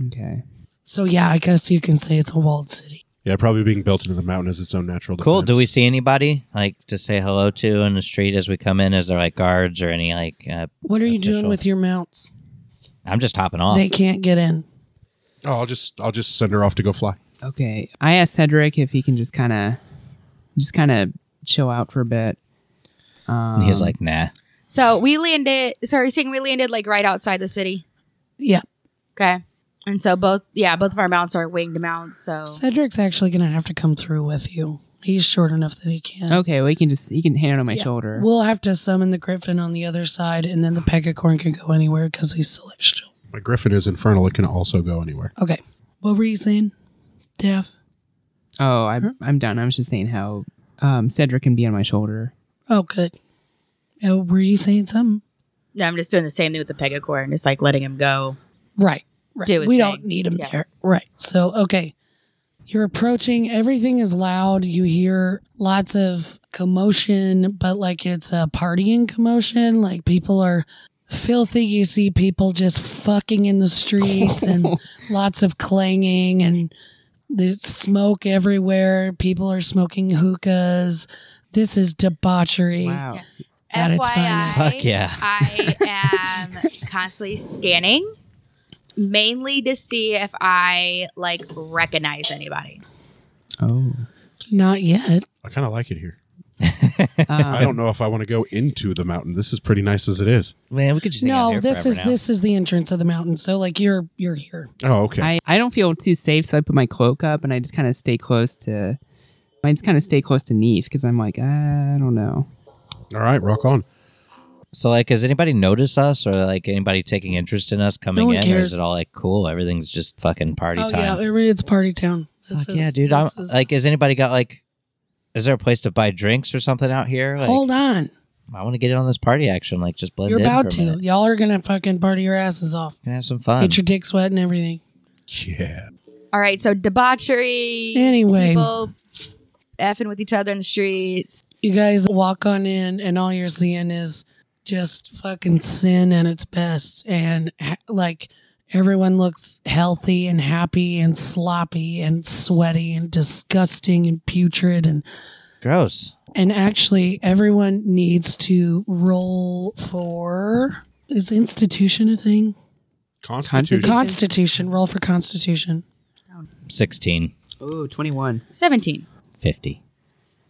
[SPEAKER 4] okay?
[SPEAKER 6] So yeah, I guess you can say it's a walled city.
[SPEAKER 2] Yeah, probably being built into the mountain as its own natural.
[SPEAKER 3] Cool. Do we
[SPEAKER 2] defense.
[SPEAKER 3] see anybody like to say hello to in the street as we come in? Is there like guards or any like? Uh,
[SPEAKER 6] What are you
[SPEAKER 3] Official.
[SPEAKER 6] doing with your mounts?
[SPEAKER 3] I'm just hopping off.
[SPEAKER 6] They can't get in.
[SPEAKER 2] Oh, I'll just I'll just send her off to go fly.
[SPEAKER 4] Okay. I asked Cedric if he can just kind of, just kind of chill out for a bit. Um,
[SPEAKER 3] And he's like, nah.
[SPEAKER 5] So we landed. Sorry, saying we landed like right outside the city.
[SPEAKER 6] Yeah.
[SPEAKER 5] Okay. And so both, yeah, both of our mounts are winged mounts. So
[SPEAKER 6] Cedric's actually going to have to come through with you. He's short enough that he can.
[SPEAKER 4] Um, okay, well, he can just, he can hand it on my
[SPEAKER 6] Yeah.
[SPEAKER 4] shoulder.
[SPEAKER 6] We'll have to summon the griffin on the other side, and then the pegacorn can go anywhere because he's celestial.
[SPEAKER 2] My griffin is infernal. It can also go anywhere.
[SPEAKER 6] Okay. What were you saying, Daph?
[SPEAKER 4] oh, I,
[SPEAKER 6] uh-huh.
[SPEAKER 4] I'm done. I was just saying how um, Cedric can be on my shoulder.
[SPEAKER 6] Oh, good. Oh, were you saying something?
[SPEAKER 5] no, I'm just doing the same thing with the pegacorn. It's like letting him go.
[SPEAKER 6] Right. right.
[SPEAKER 5] Do his
[SPEAKER 6] we
[SPEAKER 5] thing.
[SPEAKER 6] don't need him
[SPEAKER 5] Yeah.
[SPEAKER 6] there. Right. So, okay. You're approaching, everything is loud. You hear lots of commotion, but like it's a partying commotion. Like people are filthy. You see people just fucking in the streets and lots of clanging and there's smoke everywhere. People are smoking hookahs. This is debauchery.
[SPEAKER 4] Wow.
[SPEAKER 6] At its
[SPEAKER 5] FYI,
[SPEAKER 6] finest.
[SPEAKER 3] Fuck yeah.
[SPEAKER 5] I am constantly scanning, mainly to see if I like recognize anybody.
[SPEAKER 4] Oh.
[SPEAKER 6] Not yet.
[SPEAKER 2] I kind of like it here. I
[SPEAKER 4] Um,
[SPEAKER 2] don't know if I want to go into the mountain. This is pretty nice as it is.
[SPEAKER 3] Man, we could just hang out
[SPEAKER 6] No,
[SPEAKER 3] here
[SPEAKER 6] this
[SPEAKER 3] forever
[SPEAKER 6] is
[SPEAKER 3] now.
[SPEAKER 6] this is the entrance of the mountain. So like you're you're here.
[SPEAKER 2] Oh, okay.
[SPEAKER 4] I, I don't feel too safe, so I put my cloak up and I just kind of stay close to. I just kind of stay close to Neve because I'm like, "Ah, I don't know.
[SPEAKER 2] All right, rock on.
[SPEAKER 3] So, like, has anybody noticed us or like anybody taking interest in us coming
[SPEAKER 6] one
[SPEAKER 3] in, or
[SPEAKER 6] cares.
[SPEAKER 3] is it all like cool? Everything's just fucking party
[SPEAKER 6] oh
[SPEAKER 3] time.
[SPEAKER 6] yeah, it really- it's party town. This
[SPEAKER 3] Fuck
[SPEAKER 6] is-
[SPEAKER 3] yeah, dude. I'm,
[SPEAKER 6] this is-
[SPEAKER 3] Like, has anybody got like? Is there a place to buy drinks or something out here? Like,
[SPEAKER 6] hold on,
[SPEAKER 3] I want to get in on this party action. Like, just blend
[SPEAKER 6] you're
[SPEAKER 3] in.
[SPEAKER 6] about
[SPEAKER 3] for a
[SPEAKER 6] to.
[SPEAKER 3] minute.
[SPEAKER 6] Y'all are gonna fucking party your asses off.
[SPEAKER 3] Can have some fun.
[SPEAKER 6] Get your dick sweat and everything.
[SPEAKER 2] Yeah.
[SPEAKER 5] All right, so debauchery.
[SPEAKER 6] Anyway.
[SPEAKER 5] people effing with each other in the streets.
[SPEAKER 6] You guys walk on in, and all you're seeing is just fucking sin at its best, and ha- like everyone looks healthy and happy and sloppy and sweaty and disgusting and putrid and
[SPEAKER 3] Gross.
[SPEAKER 6] And actually, everyone needs to roll for. Is institution a thing?
[SPEAKER 2] Constitution.
[SPEAKER 6] Constitution. Roll for constitution.
[SPEAKER 3] 16,
[SPEAKER 4] Oh, 21.
[SPEAKER 5] Seventeen.
[SPEAKER 3] 50.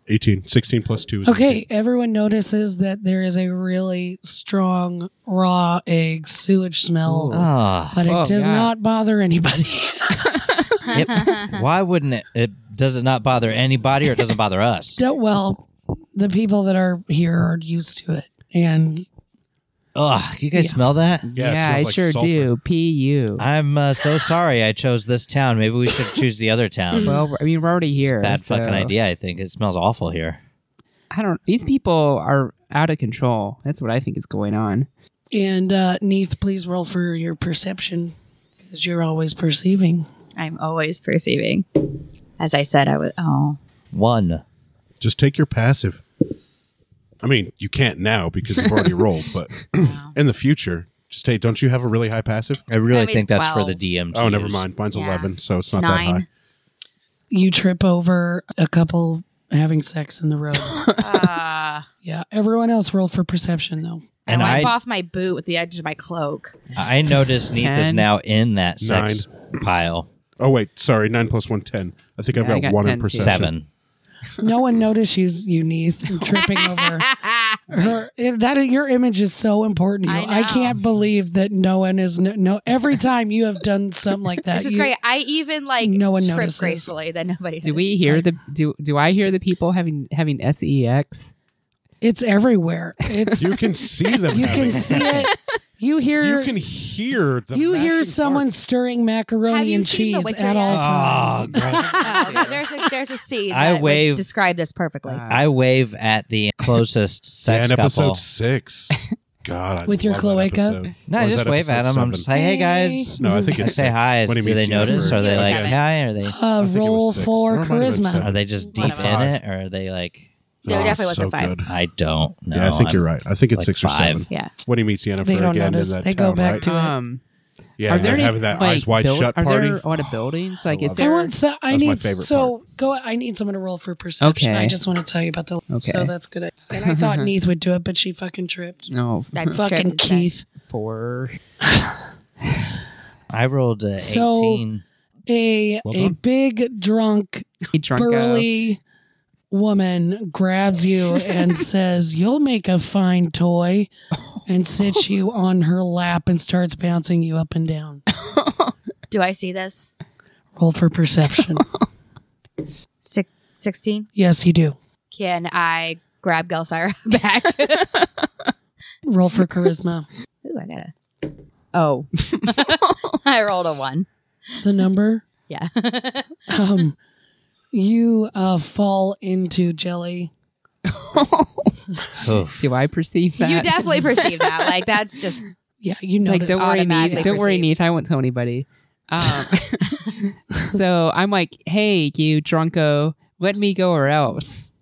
[SPEAKER 2] 18. 16 plus 2 is
[SPEAKER 6] Okay, everyone notices that there is a really strong raw egg sewage smell,
[SPEAKER 3] Ah.
[SPEAKER 6] but
[SPEAKER 4] Oh,
[SPEAKER 6] it does
[SPEAKER 4] God.
[SPEAKER 6] not bother anybody.
[SPEAKER 3] Yep. Why wouldn't it, it? Does it not bother anybody, or it doesn't bother us?
[SPEAKER 6] Don't- well, the people that are here are used to it. And
[SPEAKER 3] Ugh, you guys
[SPEAKER 6] Yeah.
[SPEAKER 3] smell that?
[SPEAKER 2] 18. Yeah, it smells
[SPEAKER 4] I
[SPEAKER 2] like
[SPEAKER 4] sure
[SPEAKER 2] sulfur.
[SPEAKER 4] do. P U.
[SPEAKER 3] I'm uh, so sorry I chose this town. Maybe we should choose the other town.
[SPEAKER 4] Well, I mean, we're already
[SPEAKER 3] It's a
[SPEAKER 4] here.
[SPEAKER 3] Bad fucking
[SPEAKER 4] so-
[SPEAKER 3] idea, I think. It smells awful here.
[SPEAKER 4] I don't. These people are out of control. That's what I think is going on.
[SPEAKER 6] and uh Neith, please roll for your perception because you're always perceiving.
[SPEAKER 5] I'm always perceiving. As I said, I would. Oh,
[SPEAKER 3] One.
[SPEAKER 2] Just take your passive. I mean, you can't now because you've already rolled, but in the future, just hey, don't you have a really high passive?
[SPEAKER 3] I really
[SPEAKER 5] Maybe
[SPEAKER 3] think
[SPEAKER 5] it's
[SPEAKER 3] that's for
[SPEAKER 5] 12.
[SPEAKER 3] the DM. to
[SPEAKER 2] Oh, never
[SPEAKER 3] use.
[SPEAKER 2] mind. Mine's
[SPEAKER 5] Yeah.
[SPEAKER 2] 11, so it's not that high.
[SPEAKER 5] nine.
[SPEAKER 6] You trip over a couple having sex in the road.
[SPEAKER 5] Uh,
[SPEAKER 6] Yeah, everyone else roll for perception though.
[SPEAKER 5] I
[SPEAKER 3] And
[SPEAKER 5] wipe
[SPEAKER 3] I-
[SPEAKER 5] off my boot with the edge of my cloak.
[SPEAKER 3] I noticed Neith is
[SPEAKER 4] Ten.
[SPEAKER 3] now in that sex pile.
[SPEAKER 2] Oh, wait, sorry. 9 plus 1, 10. I think I've
[SPEAKER 4] Yeah, I
[SPEAKER 2] got,
[SPEAKER 4] got
[SPEAKER 2] 1 in
[SPEAKER 4] 10 too.
[SPEAKER 2] perception.
[SPEAKER 3] Seven.
[SPEAKER 6] No one noticed you, you Neith, tripping over her. That your image is so important. To you.
[SPEAKER 5] I know.
[SPEAKER 6] I, can't believe that no one is no, no. Every time you have done something like that,
[SPEAKER 5] This is
[SPEAKER 6] you-
[SPEAKER 5] great. I even like
[SPEAKER 6] No one
[SPEAKER 5] trip
[SPEAKER 6] notices.
[SPEAKER 5] gracefully that nobody.
[SPEAKER 4] Do we hear the do Do I hear the people having having E sex?
[SPEAKER 6] It's everywhere. It's you,
[SPEAKER 2] You can see them.
[SPEAKER 6] can
[SPEAKER 2] having
[SPEAKER 6] see
[SPEAKER 2] sex.
[SPEAKER 6] it. You hear
[SPEAKER 2] You
[SPEAKER 6] you,
[SPEAKER 2] can hear the
[SPEAKER 6] hear
[SPEAKER 2] mashing
[SPEAKER 6] someone
[SPEAKER 2] parts. Ah,
[SPEAKER 6] stirring macaroni
[SPEAKER 5] Have you
[SPEAKER 6] and
[SPEAKER 5] seen The
[SPEAKER 6] cheese
[SPEAKER 5] Witcher
[SPEAKER 6] at all
[SPEAKER 5] yet?
[SPEAKER 6] times.
[SPEAKER 5] Oh, no, there's a there's a scene.
[SPEAKER 3] I
[SPEAKER 5] that would
[SPEAKER 3] wave-
[SPEAKER 5] describe this perfectly.
[SPEAKER 3] I wave at the closest
[SPEAKER 2] Yeah,
[SPEAKER 3] sex
[SPEAKER 2] in episode
[SPEAKER 3] couple.
[SPEAKER 2] six. God, I
[SPEAKER 6] With your
[SPEAKER 2] love that
[SPEAKER 6] cloaca?
[SPEAKER 2] episode.
[SPEAKER 3] No,
[SPEAKER 2] Or
[SPEAKER 3] I
[SPEAKER 2] is
[SPEAKER 3] just
[SPEAKER 2] that
[SPEAKER 3] wave at them.
[SPEAKER 2] episode
[SPEAKER 3] I'm
[SPEAKER 2] seven?
[SPEAKER 3] just like, hey guys.
[SPEAKER 2] No, I think
[SPEAKER 3] I
[SPEAKER 2] it's
[SPEAKER 3] say
[SPEAKER 2] six.
[SPEAKER 3] hi. Is-
[SPEAKER 2] When he
[SPEAKER 3] Do
[SPEAKER 2] meets
[SPEAKER 3] they
[SPEAKER 2] you
[SPEAKER 3] notice?
[SPEAKER 2] for-
[SPEAKER 3] Are they
[SPEAKER 5] Yeah,
[SPEAKER 3] like
[SPEAKER 5] seven.
[SPEAKER 3] hi? Are they
[SPEAKER 6] Uh,
[SPEAKER 2] think it was
[SPEAKER 6] roll
[SPEAKER 2] six.
[SPEAKER 6] for
[SPEAKER 2] Or it might have been
[SPEAKER 6] charisma.
[SPEAKER 2] seven.
[SPEAKER 3] are they just
[SPEAKER 5] One
[SPEAKER 3] deep in
[SPEAKER 5] of
[SPEAKER 2] us.
[SPEAKER 3] it? Or are they like
[SPEAKER 5] There
[SPEAKER 2] Oh,
[SPEAKER 5] definitely
[SPEAKER 2] it's
[SPEAKER 5] wasn't
[SPEAKER 2] so
[SPEAKER 5] five.
[SPEAKER 2] good.
[SPEAKER 3] I don't know.
[SPEAKER 2] yeah, I think you're
[SPEAKER 3] I'm-
[SPEAKER 2] right. I think it's
[SPEAKER 3] like
[SPEAKER 2] six or
[SPEAKER 3] five.
[SPEAKER 2] seven.
[SPEAKER 5] yeah.
[SPEAKER 2] When he meets Yennefer
[SPEAKER 6] They don't
[SPEAKER 2] again
[SPEAKER 6] notice.
[SPEAKER 2] in that
[SPEAKER 6] They go
[SPEAKER 2] town,
[SPEAKER 6] back
[SPEAKER 2] right?
[SPEAKER 6] to- Do it.
[SPEAKER 4] Um,
[SPEAKER 2] yeah,
[SPEAKER 4] are
[SPEAKER 2] and
[SPEAKER 4] there
[SPEAKER 2] they're
[SPEAKER 4] any,
[SPEAKER 2] having that
[SPEAKER 4] like,
[SPEAKER 2] eyes wide
[SPEAKER 4] build-
[SPEAKER 2] shut
[SPEAKER 4] are
[SPEAKER 2] party.
[SPEAKER 4] There, what a lot of buildings like
[SPEAKER 2] I
[SPEAKER 4] is
[SPEAKER 2] love
[SPEAKER 6] I
[SPEAKER 4] there?
[SPEAKER 6] want. So, I
[SPEAKER 2] That was my
[SPEAKER 6] need.
[SPEAKER 2] favorite
[SPEAKER 6] So go. I need someone to roll for perception.
[SPEAKER 4] Okay.
[SPEAKER 6] I just want to tell you about the.
[SPEAKER 4] Okay.
[SPEAKER 6] So that's good. And I thought Neith would do it, but she fucking tripped.
[SPEAKER 4] No,
[SPEAKER 5] That
[SPEAKER 6] Fucking
[SPEAKER 5] tripped and said-
[SPEAKER 6] Keith.
[SPEAKER 4] four.
[SPEAKER 3] I rolled uh,
[SPEAKER 6] So-
[SPEAKER 3] 18.
[SPEAKER 6] a
[SPEAKER 2] Well
[SPEAKER 6] a
[SPEAKER 2] done.
[SPEAKER 6] big drunk
[SPEAKER 4] He drunk up.
[SPEAKER 6] burly woman grabs you and says, "You'll make a fine toy," and sits you on her lap and starts bouncing you up and down.
[SPEAKER 5] Do I see this?
[SPEAKER 6] Roll for perception.
[SPEAKER 5] Six, 16?
[SPEAKER 6] yes, you do.
[SPEAKER 5] Can I grab Gelsira back?
[SPEAKER 6] Roll for charisma.
[SPEAKER 5] Ooh, I got to Oh. I rolled a one.
[SPEAKER 6] The number.
[SPEAKER 5] Yeah.
[SPEAKER 6] Um, you uh, fall into jelly.
[SPEAKER 3] Oof.
[SPEAKER 4] Do I perceive that?
[SPEAKER 5] You definitely perceive that. Like, that's just
[SPEAKER 6] Yeah, you
[SPEAKER 4] It's
[SPEAKER 6] know.
[SPEAKER 4] like, don't worry,
[SPEAKER 5] automatically
[SPEAKER 4] Neith. Don't worry,
[SPEAKER 5] perceived.
[SPEAKER 4] Neith. I won't tell anybody. Um, so I'm like, hey, you drunko, let me go or else.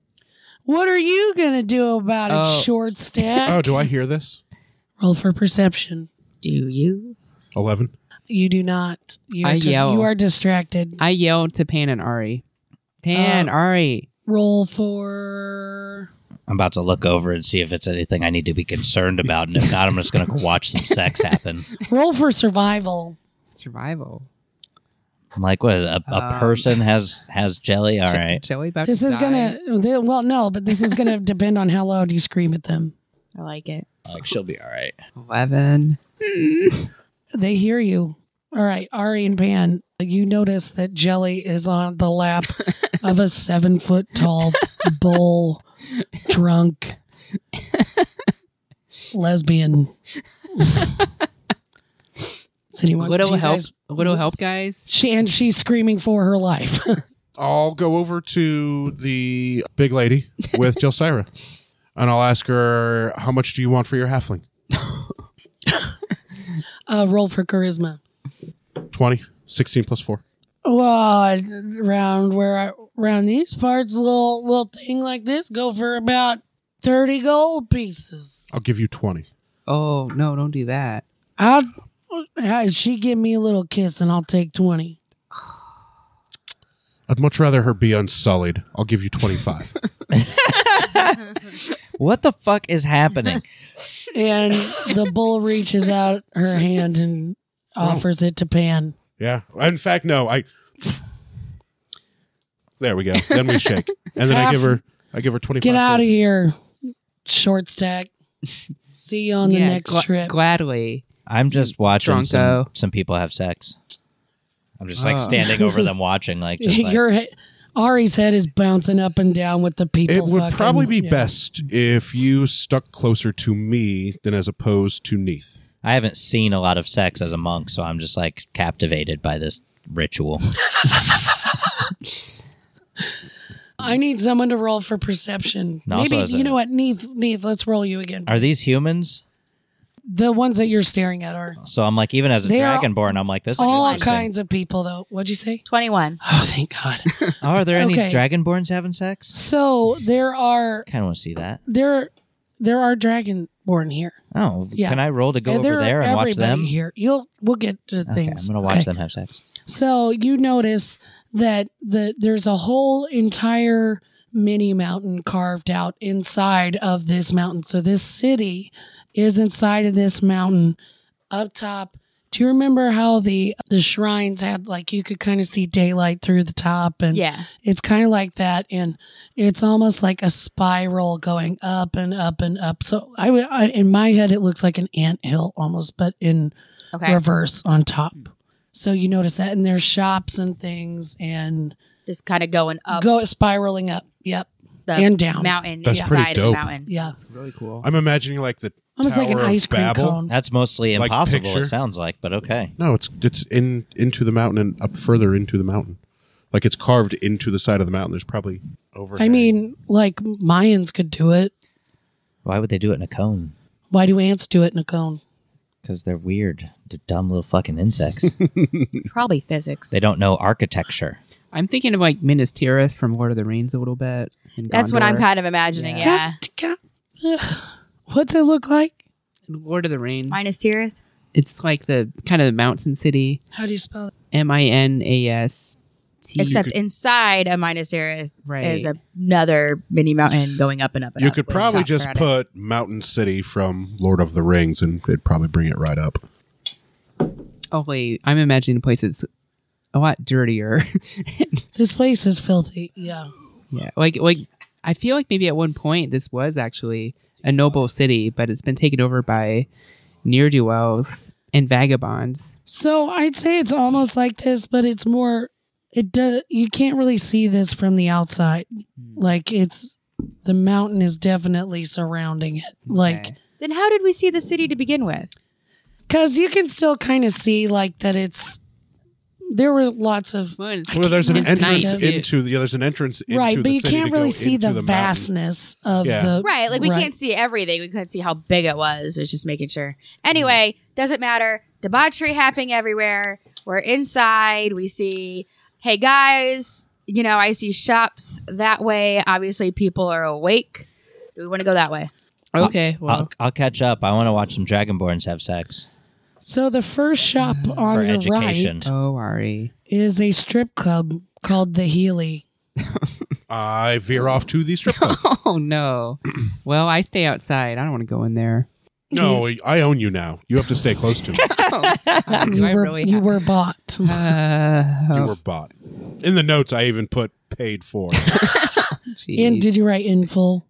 [SPEAKER 6] What are you gonna do about it,
[SPEAKER 4] Oh.
[SPEAKER 6] short stack?
[SPEAKER 2] Oh, do I hear this?
[SPEAKER 6] Roll for perception.
[SPEAKER 5] Do you?
[SPEAKER 2] 11.
[SPEAKER 6] You do not. You are,
[SPEAKER 4] I
[SPEAKER 6] dis-
[SPEAKER 4] yell.
[SPEAKER 6] you are distracted.
[SPEAKER 4] I yelled to Pan and Ari. Pan,
[SPEAKER 6] Oh.
[SPEAKER 4] Ari.
[SPEAKER 6] Roll for.
[SPEAKER 3] I'm about to look over and see if it's anything I need to be concerned about, and if not, I'm just gonna go watch some sex happen.
[SPEAKER 6] Roll for survival.
[SPEAKER 4] Survival.
[SPEAKER 3] I'm like, what? A, a
[SPEAKER 4] Um,
[SPEAKER 3] person has has jelly. All
[SPEAKER 4] Je-
[SPEAKER 3] right.
[SPEAKER 4] Joey about
[SPEAKER 6] This
[SPEAKER 4] to
[SPEAKER 6] is
[SPEAKER 4] die.
[SPEAKER 6] gonna. th- Well, no, but this is gonna depend on how loud you scream at them.
[SPEAKER 5] I like it.
[SPEAKER 3] Like she'll be all right.
[SPEAKER 4] 11.
[SPEAKER 6] They hear you. All right, Ari and Pan, you notice that Jelly is on the lap of a seven foot tall bull, drunk lesbian. Does anyone do
[SPEAKER 4] Little
[SPEAKER 6] you
[SPEAKER 4] help,
[SPEAKER 6] guys-
[SPEAKER 4] little help, guys.
[SPEAKER 6] She and she's screaming for her life.
[SPEAKER 2] I'll go over to the big lady with Jelsira and I'll ask her, How much do you want for your halfling?
[SPEAKER 6] uh, roll for charisma.
[SPEAKER 2] 20, 16 plus 4.
[SPEAKER 6] Well, around where I, around these parts, little little thing like this go for about thirty gold pieces.
[SPEAKER 2] I'll give you 20.
[SPEAKER 4] Oh, no, don't do that.
[SPEAKER 6] I'll, I- she give me a little kiss and I'll take 20.
[SPEAKER 2] I'd much rather her be unsullied. I'll give you 25.
[SPEAKER 3] What the fuck is happening?
[SPEAKER 6] And the bull reaches out her hand and offers it to Pan.
[SPEAKER 2] yeah. In fact, no. I. There we go. Then we shake. And then I give her. I give her 25.
[SPEAKER 6] Get out of
[SPEAKER 2] gold.
[SPEAKER 6] here, short stack. See you on the
[SPEAKER 4] Yeah,
[SPEAKER 6] next
[SPEAKER 4] gla-
[SPEAKER 6] trip.
[SPEAKER 4] Gladly.
[SPEAKER 3] I'm just watching some,
[SPEAKER 4] Drunko.
[SPEAKER 3] some people have sex. I'm just like
[SPEAKER 4] Oh.
[SPEAKER 3] standing over them watching, like just like
[SPEAKER 6] Your he- Ari's head is bouncing up and down with the people.
[SPEAKER 2] It would
[SPEAKER 6] fucking-
[SPEAKER 2] probably be
[SPEAKER 6] yeah.
[SPEAKER 2] best if you stuck closer to me than as opposed to Neith.
[SPEAKER 3] I haven't seen a lot of sex as a monk, so I'm just like captivated by this ritual.
[SPEAKER 6] I need someone to roll for perception.
[SPEAKER 3] And also
[SPEAKER 6] Maybe
[SPEAKER 3] as
[SPEAKER 6] you
[SPEAKER 3] a-
[SPEAKER 6] know what, Neith, Neith, let's roll you again.
[SPEAKER 3] Are these humans?
[SPEAKER 6] the ones that you're staring at are
[SPEAKER 3] So I'm like, even as a
[SPEAKER 6] They are
[SPEAKER 3] dragonborn, I'm like, this is
[SPEAKER 6] all
[SPEAKER 3] interesting.
[SPEAKER 6] kinds of people, though. What'd you say?
[SPEAKER 5] 21.
[SPEAKER 6] Oh, thank God.
[SPEAKER 3] Oh, are there any
[SPEAKER 6] Okay.
[SPEAKER 3] dragonborns having sex?
[SPEAKER 6] So there are
[SPEAKER 3] Kind of want to see that.
[SPEAKER 6] there there are dragonborn here.
[SPEAKER 3] Oh,
[SPEAKER 6] Yeah.
[SPEAKER 3] can I roll to go
[SPEAKER 6] And
[SPEAKER 3] over
[SPEAKER 6] are
[SPEAKER 3] there and watch
[SPEAKER 6] everybody
[SPEAKER 3] them?
[SPEAKER 6] here. You'll we'll get to
[SPEAKER 3] Okay, I'm
[SPEAKER 6] things.
[SPEAKER 3] gonna watch
[SPEAKER 6] Okay.
[SPEAKER 3] them have sex.
[SPEAKER 6] So you notice that the there's a whole entire mini mountain carved out inside of this mountain. So this city is inside of this mountain up top. Do you remember how the the shrines had like you could kind of see daylight through the top and
[SPEAKER 5] Yeah.
[SPEAKER 6] it's kind of like that and it's almost like a spiral going up and up and up so I, would- I in my head it looks like an ant hill almost but in
[SPEAKER 5] Okay.
[SPEAKER 6] reverse on top so you notice that and there's shops and things and
[SPEAKER 5] Just kind of going up
[SPEAKER 6] go spiraling up yep
[SPEAKER 5] the
[SPEAKER 6] and down
[SPEAKER 5] mountain.
[SPEAKER 2] That's
[SPEAKER 5] inside
[SPEAKER 2] pretty
[SPEAKER 5] Of
[SPEAKER 2] dope.
[SPEAKER 5] the mountain.
[SPEAKER 6] yeah
[SPEAKER 4] It's really cool.
[SPEAKER 2] I'm imagining like the
[SPEAKER 6] almost like an
[SPEAKER 2] Tower of
[SPEAKER 6] ice cream
[SPEAKER 2] Babel?
[SPEAKER 6] cone
[SPEAKER 3] That's mostly
[SPEAKER 2] Like
[SPEAKER 3] impossible.
[SPEAKER 2] picture?
[SPEAKER 3] it sounds like, but okay.
[SPEAKER 2] no, it's it's in into the mountain and up further into the mountain. Like it's carved into the side of the mountain. There's probably over.
[SPEAKER 6] i mean like mayans could do it
[SPEAKER 3] Why would they do it in a cone?
[SPEAKER 6] why do ants do it in a cone
[SPEAKER 3] Because they're weird, the dumb little fucking insects.
[SPEAKER 5] Probably physics.
[SPEAKER 3] they don't know architecture.
[SPEAKER 4] I'm thinking of like Minas Tirith from Lord of the Rings a little bit. and
[SPEAKER 5] That's what I'm
[SPEAKER 4] Gondor.
[SPEAKER 5] kind of imagining. Yeah.
[SPEAKER 6] Ca- ca- ugh. what's it look like
[SPEAKER 4] Lord of the Rings.
[SPEAKER 5] Minus Tirith.
[SPEAKER 4] It's like the kind of mountain city.
[SPEAKER 6] how do you spell it
[SPEAKER 4] M I N A S T.
[SPEAKER 5] Except inside a Minus Tirith
[SPEAKER 4] right.
[SPEAKER 5] is another mini mountain going up and up and
[SPEAKER 2] you
[SPEAKER 5] up
[SPEAKER 2] could
[SPEAKER 5] with
[SPEAKER 2] probably
[SPEAKER 5] shops
[SPEAKER 2] just
[SPEAKER 5] around it.
[SPEAKER 2] put Mountain City from Lord of the Rings, and it'd probably bring it right up.
[SPEAKER 4] oh wait, I'm imagining a place that's a lot dirtier.
[SPEAKER 6] This place is filthy. Yeah.
[SPEAKER 4] yeah, like like I feel like maybe at one point this was actually a noble city, but it's been taken over by near do wells and vagabonds.
[SPEAKER 6] So I'd say it's almost like this, but it's more. It does. You can't really see this from the outside.
[SPEAKER 2] Hmm.
[SPEAKER 6] Like it's the mountain is definitely surrounding it. Like
[SPEAKER 4] Okay.
[SPEAKER 5] Then how did we see the city to begin with?
[SPEAKER 6] because you can still kind of see like that. It's there were lots of
[SPEAKER 4] Well, it's-
[SPEAKER 2] Well, there's an
[SPEAKER 4] it's
[SPEAKER 2] entrance
[SPEAKER 4] night, too.
[SPEAKER 2] into the. Yeah, there's an entrance into
[SPEAKER 6] right,
[SPEAKER 2] the
[SPEAKER 6] but you
[SPEAKER 2] city
[SPEAKER 6] can't
[SPEAKER 2] to go
[SPEAKER 6] really see
[SPEAKER 2] into
[SPEAKER 6] the,
[SPEAKER 2] mountain.
[SPEAKER 6] vastness of
[SPEAKER 2] Yeah.
[SPEAKER 6] the
[SPEAKER 5] Right, like we
[SPEAKER 6] Right.
[SPEAKER 5] can't see everything. We couldn't see how big it was. It was just making sure. Anyway, doesn't matter. Debauchery happening everywhere. We're inside. We see, hey guys, you know, I see shops that way. Obviously, people are awake. Do we want to go that way?
[SPEAKER 4] okay. Well,
[SPEAKER 3] I'll, I'll catch up. I want to watch some Dragonborns have sex.
[SPEAKER 6] So the first shop
[SPEAKER 2] Hmm.
[SPEAKER 6] on
[SPEAKER 3] for
[SPEAKER 6] your
[SPEAKER 3] education.
[SPEAKER 6] Oh, right
[SPEAKER 4] oh Ari,
[SPEAKER 6] is a strip club called the Healy.
[SPEAKER 2] I veer off to the strip club.
[SPEAKER 4] oh no. well, I stay outside. I don't want to go in there.
[SPEAKER 2] no, I own you now. You have to stay close to me.
[SPEAKER 4] Do
[SPEAKER 6] You
[SPEAKER 4] I
[SPEAKER 6] were
[SPEAKER 4] really
[SPEAKER 6] you
[SPEAKER 4] have-
[SPEAKER 6] were bought.
[SPEAKER 4] Uh,
[SPEAKER 2] You
[SPEAKER 4] oh,
[SPEAKER 2] were bought. In the notes, I even put paid for
[SPEAKER 6] And
[SPEAKER 4] jeez.
[SPEAKER 6] did you write in full?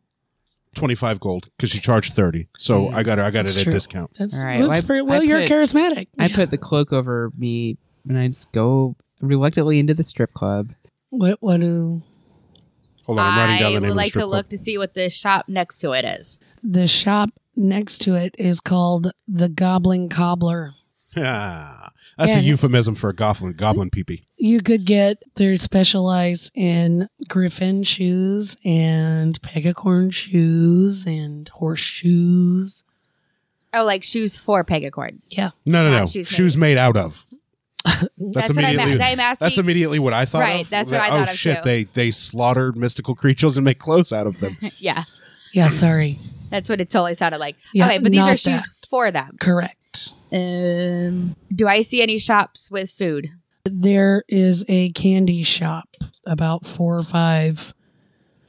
[SPEAKER 2] twenty five gold because she charged thirty. So I got her. I got
[SPEAKER 6] Mm. That's
[SPEAKER 2] it at a
[SPEAKER 6] true.
[SPEAKER 2] discount.
[SPEAKER 6] That's,
[SPEAKER 4] All right,
[SPEAKER 6] that's
[SPEAKER 4] well, I-
[SPEAKER 6] pretty-
[SPEAKER 4] I
[SPEAKER 6] well. you're
[SPEAKER 4] put-
[SPEAKER 6] charismatic.
[SPEAKER 4] I put the cloak over me and I just go reluctantly into the strip club.
[SPEAKER 6] What, what do
[SPEAKER 2] Hold on, I'm writing down the name
[SPEAKER 5] would
[SPEAKER 2] of the
[SPEAKER 5] like
[SPEAKER 2] strip
[SPEAKER 5] to
[SPEAKER 2] club.
[SPEAKER 5] look to see what the shop next to it is.
[SPEAKER 6] the shop next to it is called the Goblin Cobbler.
[SPEAKER 2] Ah, that's
[SPEAKER 6] Yeah,
[SPEAKER 2] a
[SPEAKER 6] and-
[SPEAKER 2] euphemism for a goblin goblin peepee.
[SPEAKER 6] You could get they specialize in griffin shoes and pegacorn shoes and horseshoes.
[SPEAKER 5] Oh, like shoes for pegacorns.
[SPEAKER 6] Yeah.
[SPEAKER 2] No, no,
[SPEAKER 5] Not
[SPEAKER 2] no.
[SPEAKER 5] shoes
[SPEAKER 2] Shoes,
[SPEAKER 5] made.
[SPEAKER 2] made. out of. That's,
[SPEAKER 5] that's, what I'm,
[SPEAKER 2] immediately.
[SPEAKER 5] I'm asking.
[SPEAKER 2] that's immediately what I thought.
[SPEAKER 5] Right,
[SPEAKER 2] of.
[SPEAKER 5] that's what I
[SPEAKER 2] oh,
[SPEAKER 5] thought of,
[SPEAKER 2] shit!
[SPEAKER 5] too.
[SPEAKER 2] They they slaughtered mystical creatures and make clothes out of them.
[SPEAKER 5] yeah,
[SPEAKER 6] Yeah, sorry.
[SPEAKER 5] that's what it totally sounded like.
[SPEAKER 6] Yeah,
[SPEAKER 5] okay, but these
[SPEAKER 6] not
[SPEAKER 5] are shoes for them.
[SPEAKER 6] Correct.
[SPEAKER 5] Um, do I see any shops with food?
[SPEAKER 6] There is a candy shop about four or five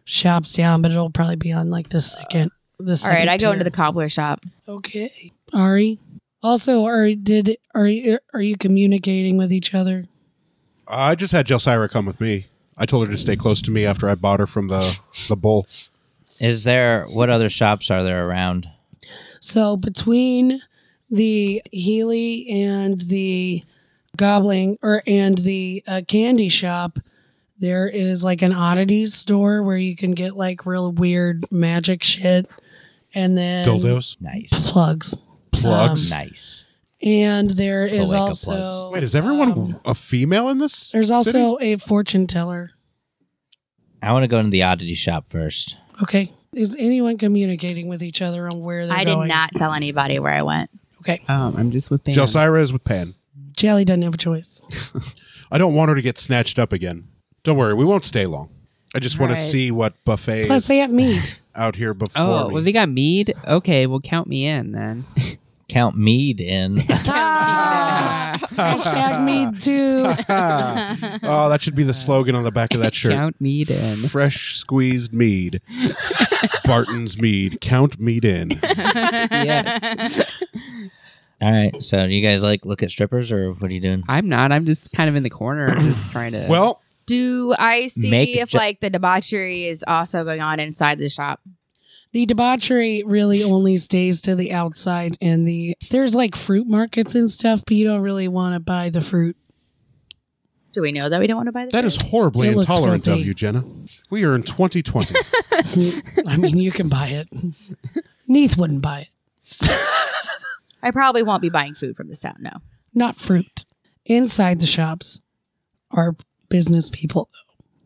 [SPEAKER 6] shops down, but it'll probably be on like the second. The
[SPEAKER 5] All right,
[SPEAKER 6] second
[SPEAKER 5] I go into
[SPEAKER 6] tier.
[SPEAKER 5] the cobbler shop.
[SPEAKER 6] Okay, Ari. Also, Ari, did are you, are you communicating with each other?
[SPEAKER 2] I just had Jelsira come with me. I told her to stay close to me after I bought her from the the bull.
[SPEAKER 3] Is there what other shops are there around?
[SPEAKER 6] So between the Healy and the Goblin or and the uh, candy shop, there is like an oddities store where you can get like real weird magic shit, and then
[SPEAKER 2] Dildos,
[SPEAKER 3] Nice, Um,
[SPEAKER 6] plugs.
[SPEAKER 2] plugs.
[SPEAKER 3] nice.
[SPEAKER 6] And there is
[SPEAKER 3] Cloaca
[SPEAKER 6] also
[SPEAKER 3] plugs.
[SPEAKER 2] Wait, is everyone
[SPEAKER 6] um,
[SPEAKER 2] a female in this?
[SPEAKER 6] there's
[SPEAKER 2] city?
[SPEAKER 6] also a fortune teller.
[SPEAKER 3] I want to go into the oddity shop first.
[SPEAKER 6] Okay, is anyone communicating with each other on where they're
[SPEAKER 5] I
[SPEAKER 6] going?
[SPEAKER 5] did not tell anybody where I went.
[SPEAKER 6] Okay,
[SPEAKER 4] Um, I'm just with Bam.
[SPEAKER 2] Jelsira is with Pan.
[SPEAKER 6] Jelly doesn't have a choice.
[SPEAKER 2] I don't want her to get snatched up again. Don't worry, we won't stay long. I just want
[SPEAKER 5] All
[SPEAKER 2] to
[SPEAKER 5] right.
[SPEAKER 2] see what buffet
[SPEAKER 6] Plus,
[SPEAKER 2] is
[SPEAKER 6] they have mead.
[SPEAKER 2] out here before
[SPEAKER 4] Oh,
[SPEAKER 2] me.
[SPEAKER 4] well, they got mead. Okay, well, count me in then.
[SPEAKER 3] Count Mead in.
[SPEAKER 6] Hashtag mead too.
[SPEAKER 2] oh, that should be the slogan on the back of that shirt.
[SPEAKER 4] Count mead in.
[SPEAKER 2] Fresh squeezed mead. Barton's mead. Count mead in.
[SPEAKER 4] yes,
[SPEAKER 3] All right. So you guys like look at strippers or what are you
[SPEAKER 2] Uh,
[SPEAKER 3] doing?
[SPEAKER 4] I'm not. I'm just kind of in the corner, just trying to.
[SPEAKER 2] Well,
[SPEAKER 5] Do I see
[SPEAKER 3] Make
[SPEAKER 5] if
[SPEAKER 3] ju-
[SPEAKER 5] like the debauchery is also going on inside the shop?
[SPEAKER 6] The debauchery really only stays to the outside, and the there's like fruit markets and stuff, but you don't really want to buy the fruit.
[SPEAKER 5] Do we know that we don't want to buy this?
[SPEAKER 2] that is horribly
[SPEAKER 6] It looks
[SPEAKER 2] intolerant of
[SPEAKER 6] filthy.
[SPEAKER 2] you, Jenna. We are in 2020.
[SPEAKER 6] I mean, you can buy it. Neith wouldn't buy it.
[SPEAKER 5] I probably won't be buying food from this town. No.
[SPEAKER 6] Not fruit. Inside the shops are business people.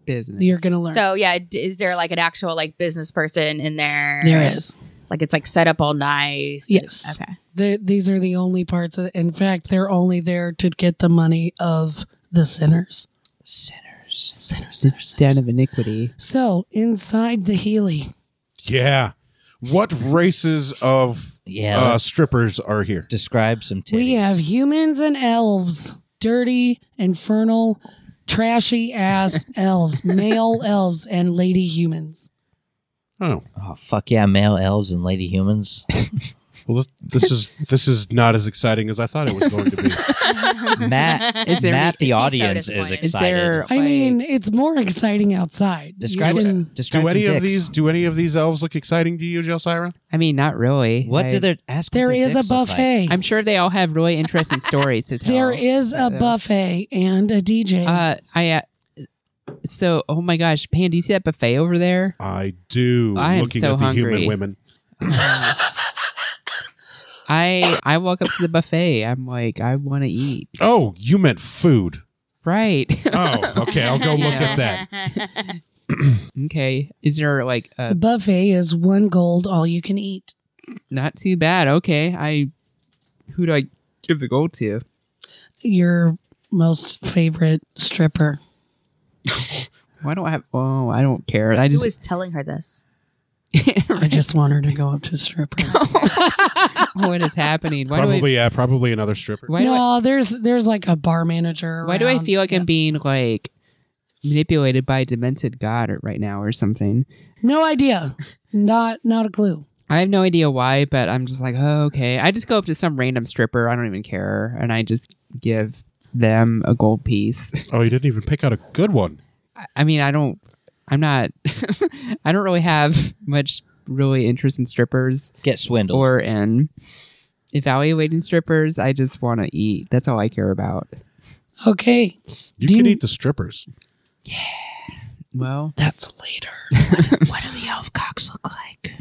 [SPEAKER 4] business.
[SPEAKER 6] You're gonna learn.
[SPEAKER 5] So yeah, d- is there like an actual like business person in there?
[SPEAKER 6] there is.
[SPEAKER 5] Like it's like set up all nice.
[SPEAKER 6] Yes.
[SPEAKER 5] Okay.
[SPEAKER 6] The, these are the only parts. Of, in fact, they're only there to get the money of the sinners.
[SPEAKER 3] Sinners.
[SPEAKER 6] Sinners. sinners,
[SPEAKER 4] this den of iniquity.
[SPEAKER 6] So inside the Healy,
[SPEAKER 2] yeah. What races of
[SPEAKER 3] Yeah.
[SPEAKER 2] uh,
[SPEAKER 3] let's
[SPEAKER 2] strippers are here?
[SPEAKER 3] describe some titties.
[SPEAKER 6] we have humans and elves, dirty, infernal, trashy ass elves, male elves, and lady humans.
[SPEAKER 2] Oh,
[SPEAKER 3] Oh fuck yeah, male elves and lady humans.
[SPEAKER 2] Well, this, this is this is not as exciting as I thought it was going to be.
[SPEAKER 3] Matt,
[SPEAKER 4] Is there-
[SPEAKER 3] Matt, the
[SPEAKER 5] so
[SPEAKER 3] audience is
[SPEAKER 5] disappointed.
[SPEAKER 3] excited.
[SPEAKER 4] Is there?
[SPEAKER 1] I
[SPEAKER 4] like-
[SPEAKER 1] mean, it's more exciting outside. You
[SPEAKER 3] describe
[SPEAKER 1] can-
[SPEAKER 3] describe
[SPEAKER 2] do any
[SPEAKER 3] the
[SPEAKER 2] of
[SPEAKER 3] dicks.
[SPEAKER 2] these do any of these elves look exciting to you, Jelsira?
[SPEAKER 4] I mean, not really.
[SPEAKER 3] What
[SPEAKER 4] I-
[SPEAKER 3] do they ask? what
[SPEAKER 1] There
[SPEAKER 3] their
[SPEAKER 1] is a
[SPEAKER 3] dicks look like.
[SPEAKER 1] buffet.
[SPEAKER 4] I'm sure they all have really interesting stories to tell.
[SPEAKER 1] There is a
[SPEAKER 4] Yeah.
[SPEAKER 1] buffet and a DJ.
[SPEAKER 4] Uh, I. Uh, so, oh my gosh, Pan, do you see that buffet over there?
[SPEAKER 2] I do.
[SPEAKER 4] I am
[SPEAKER 2] looking
[SPEAKER 4] so
[SPEAKER 2] at the human
[SPEAKER 4] hungry.
[SPEAKER 2] women.
[SPEAKER 4] I I walk up to the buffet. I'm like, I want to eat.
[SPEAKER 2] Oh, you meant food.
[SPEAKER 4] Right.
[SPEAKER 2] Oh, okay. I'll go look at that.
[SPEAKER 4] okay. Is there like
[SPEAKER 1] the
[SPEAKER 4] a
[SPEAKER 1] buffet is one gold, all you can eat.
[SPEAKER 4] not too bad? Okay. I. Who do I give the gold to?
[SPEAKER 1] Your most favorite stripper.
[SPEAKER 4] Why don't I have? Oh, I don't care. I
[SPEAKER 5] Who
[SPEAKER 4] just
[SPEAKER 5] is telling her this?
[SPEAKER 1] I just want her to go up to stripper.
[SPEAKER 4] what is happening? Why do I?
[SPEAKER 2] probably, yeah, probably another stripper.
[SPEAKER 4] Why do I?
[SPEAKER 1] no, there's there's like a bar manager.
[SPEAKER 4] Why do I
[SPEAKER 1] around.
[SPEAKER 4] feel like
[SPEAKER 1] Yeah.
[SPEAKER 4] I'm being like manipulated by a demented god or- right now or something?
[SPEAKER 1] No idea. Not not a clue.
[SPEAKER 4] I have no idea why, but I'm just like, oh, okay. I just go up to some random stripper. I don't even care. And I just give them a gold piece.
[SPEAKER 2] Oh, you didn't even pick out a good one.
[SPEAKER 4] I- I mean, I don't, I'm not, I don't really have much really interest in strippers
[SPEAKER 3] Get swindled.
[SPEAKER 4] or in evaluating strippers. I just want to eat. That's all I care about.
[SPEAKER 1] Okay,
[SPEAKER 2] You
[SPEAKER 1] Do
[SPEAKER 2] can
[SPEAKER 1] you-
[SPEAKER 2] eat the strippers.
[SPEAKER 4] Well,
[SPEAKER 1] that's later.
[SPEAKER 3] what do the elf cocks look like?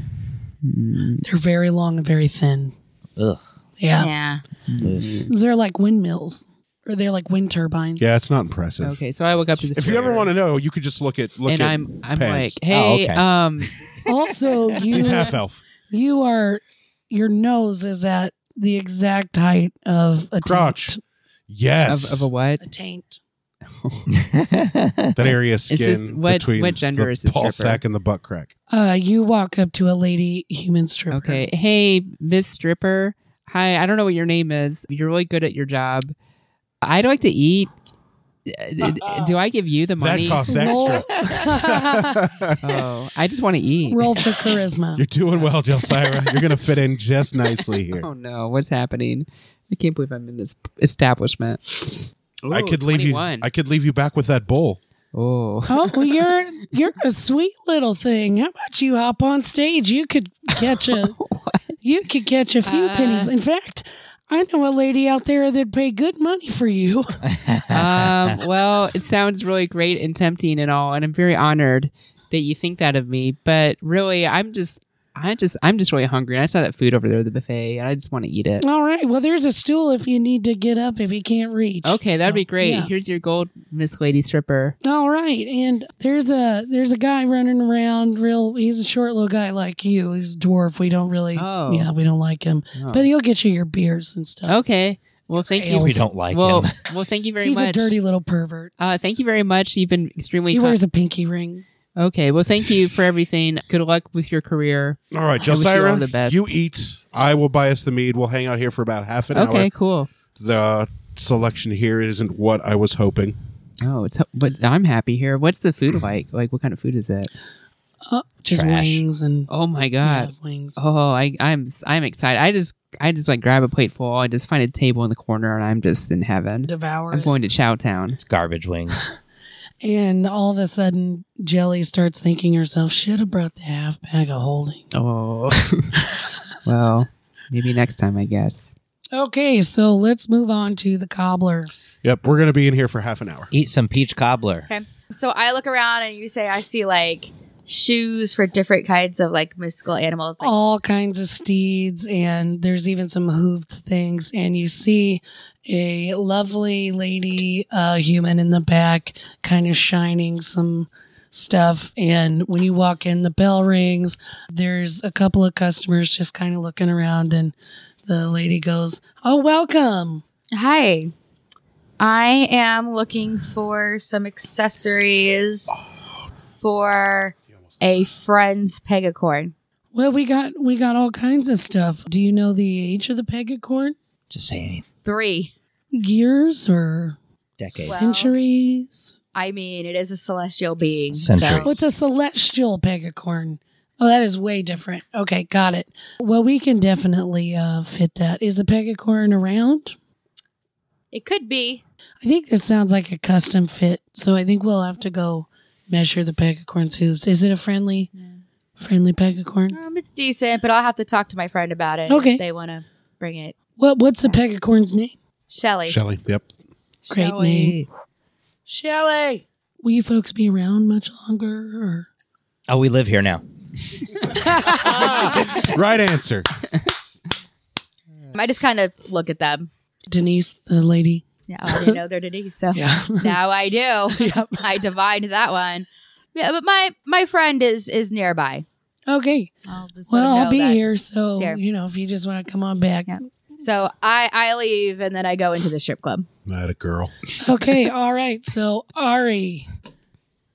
[SPEAKER 1] They're very long and very thin.
[SPEAKER 3] Ugh.
[SPEAKER 1] Yeah,
[SPEAKER 5] Yeah.
[SPEAKER 1] they're like windmills or they're like wind turbines.
[SPEAKER 2] Yeah, it's not impressive.
[SPEAKER 4] okay. So I walk up to the
[SPEAKER 2] If you ever
[SPEAKER 4] stripper,
[SPEAKER 2] want to know, you could just look at look
[SPEAKER 4] and
[SPEAKER 2] at
[SPEAKER 4] I'm, I'm
[SPEAKER 2] Peg's.
[SPEAKER 4] like, hey,
[SPEAKER 3] okay.
[SPEAKER 4] um,
[SPEAKER 1] Also, you
[SPEAKER 2] He's half elf.
[SPEAKER 1] you are your nose is at the exact height of a
[SPEAKER 2] Crotch.
[SPEAKER 1] taint.
[SPEAKER 2] Yes.
[SPEAKER 4] of, of a what?
[SPEAKER 1] A taint.
[SPEAKER 2] that area of skin
[SPEAKER 4] this- what-
[SPEAKER 2] between
[SPEAKER 4] what gender
[SPEAKER 2] the
[SPEAKER 4] is this
[SPEAKER 2] ball
[SPEAKER 4] stripper?
[SPEAKER 2] sack and the butt crack.
[SPEAKER 1] Uh, you walk up to a lady human stripper.
[SPEAKER 4] Okay. Hey, Miss Stripper. Hi. I don't know what your name is. You're really good at your job. I'd like to eat. Uh, d- Do I give you the money?
[SPEAKER 2] That costs
[SPEAKER 1] Roll,
[SPEAKER 2] extra.
[SPEAKER 4] oh, I just want to eat.
[SPEAKER 1] roll for charisma.
[SPEAKER 2] You're doing well, Jelsira. You're gonna fit in just nicely here.
[SPEAKER 4] Oh no, what's happening? I can't believe I'm in this establishment.
[SPEAKER 2] I
[SPEAKER 4] Ooh,
[SPEAKER 2] could leave
[SPEAKER 4] 21.
[SPEAKER 2] you. I could leave you back with that bowl.
[SPEAKER 4] oh,
[SPEAKER 1] Oh, well, you're you're a sweet little thing. How about you hop on stage? You could catch a you could catch a few
[SPEAKER 4] Uh.
[SPEAKER 1] pennies. In fact, I know a lady out there that'd pay good money for you.
[SPEAKER 4] um, well, it sounds really great and tempting and all, and I'm very honored that you think that of me. But really, I'm just, I just, I'm just really hungry. And I saw that food over there at the buffet, and I just want to eat it.
[SPEAKER 1] All right. Well, there's a stool if you need to get up if you can't reach.
[SPEAKER 4] Okay, that'd
[SPEAKER 1] So,
[SPEAKER 4] be great.
[SPEAKER 1] yeah.
[SPEAKER 4] Here's your gold, Miss Lady Stripper.
[SPEAKER 1] All right, and there's a there's a guy running around. Real, he's a short little guy like you. He's a dwarf. We don't really,
[SPEAKER 4] Oh.
[SPEAKER 1] yeah, we don't like him.
[SPEAKER 4] Oh.
[SPEAKER 1] But he'll get you your beers and stuff.
[SPEAKER 4] Okay. Well, thank you.
[SPEAKER 3] we don't like
[SPEAKER 4] well,
[SPEAKER 3] him.
[SPEAKER 4] well, thank you very
[SPEAKER 1] he's
[SPEAKER 4] much.
[SPEAKER 1] a dirty little pervert.
[SPEAKER 4] uh, thank you very much. You've been extremely.
[SPEAKER 1] he
[SPEAKER 4] kind.
[SPEAKER 1] wears a pinky ring.
[SPEAKER 4] okay. Well, thank you for everything. Good luck with your career.
[SPEAKER 2] All right,
[SPEAKER 4] I wish you all the
[SPEAKER 2] Jelsira.
[SPEAKER 4] best.
[SPEAKER 2] You, eat. I will buy us the mead. We'll hang out here for about half an
[SPEAKER 4] okay.
[SPEAKER 2] hour.
[SPEAKER 4] Cool.
[SPEAKER 2] The selection here isn't what I was hoping.
[SPEAKER 4] Oh, it's but I'm happy here. What's the food like? Like, what kind of food is it?
[SPEAKER 1] Oh, just
[SPEAKER 3] Trash.
[SPEAKER 1] wings and
[SPEAKER 4] Oh my
[SPEAKER 1] yeah,
[SPEAKER 4] god.
[SPEAKER 1] wings.
[SPEAKER 4] Oh, I, I'm I'm excited. I just I just like grab a plate full. I just find a table in the corner, and I'm just in heaven.
[SPEAKER 1] Devours.
[SPEAKER 4] I'm going to Chowtown.
[SPEAKER 3] It's garbage wings.
[SPEAKER 1] and all of a sudden, Jelly starts thinking to herself, "Should have brought the half bag of holding."
[SPEAKER 4] Oh, well, maybe next time, I guess.
[SPEAKER 1] Okay, so let's move on to the cobbler.
[SPEAKER 2] Yep, we're gonna be in here for half an hour.
[SPEAKER 3] Eat some peach cobbler.
[SPEAKER 5] Okay. So I look around and you say I see like shoes for different kinds of like mystical animals. Like,
[SPEAKER 1] all kinds of steeds and there's even some hooved things and you see a lovely lady uh, human in the back kind of shining some stuff and when you walk in the bell rings there's a couple of customers just kind of looking around and the lady goes oh welcome
[SPEAKER 5] Hi. I am looking for some accessories for a friend's pegacorn.
[SPEAKER 1] well we got we got all kinds of stuff do you know the age of the pegacorn
[SPEAKER 3] Just say anything.
[SPEAKER 5] Three.
[SPEAKER 1] years or
[SPEAKER 3] Decades.
[SPEAKER 5] Well-
[SPEAKER 1] centuries
[SPEAKER 5] I mean, it is a celestial being.
[SPEAKER 3] Centuries.
[SPEAKER 5] So
[SPEAKER 1] Well, it's a celestial pegacorn.
[SPEAKER 6] Oh, that is way different. Okay, got it. Well, we can definitely uh, fit that. Is the pegacorn around?
[SPEAKER 5] It could be.
[SPEAKER 6] I think this sounds like a custom fit, so I think we'll have to go measure the pegacorn's hooves. Is it a friendly, friendly pegacorn?
[SPEAKER 5] Um, it's decent, but I'll have to talk to my friend about it.
[SPEAKER 6] Okay.
[SPEAKER 5] If they want to bring it.
[SPEAKER 6] What What's the pegacorn's name?
[SPEAKER 5] Shelly.
[SPEAKER 2] Shelly. Yep.
[SPEAKER 6] Great
[SPEAKER 5] Shelly.
[SPEAKER 6] name. Shelly. Will you folks be around much longer? Or
[SPEAKER 3] Oh, we live here now.
[SPEAKER 2] Right answer.
[SPEAKER 5] I just kind of look at them.
[SPEAKER 6] Denise, the lady.
[SPEAKER 5] Yeah, I already know they're Denise, so
[SPEAKER 6] Yeah.
[SPEAKER 5] now I do.
[SPEAKER 6] yep.
[SPEAKER 5] I divined that one. Yeah, but my my friend is is nearby.
[SPEAKER 6] Okay.
[SPEAKER 5] I'll just let
[SPEAKER 6] Well,
[SPEAKER 5] him
[SPEAKER 6] I'll
[SPEAKER 5] know
[SPEAKER 6] be
[SPEAKER 5] that.
[SPEAKER 6] here, so
[SPEAKER 5] Sarah.
[SPEAKER 6] you know if you just want to come on back.
[SPEAKER 5] Yeah. So I I leave and then I go into the strip club.
[SPEAKER 2] Not a girl.
[SPEAKER 6] Okay. All right. So Ari,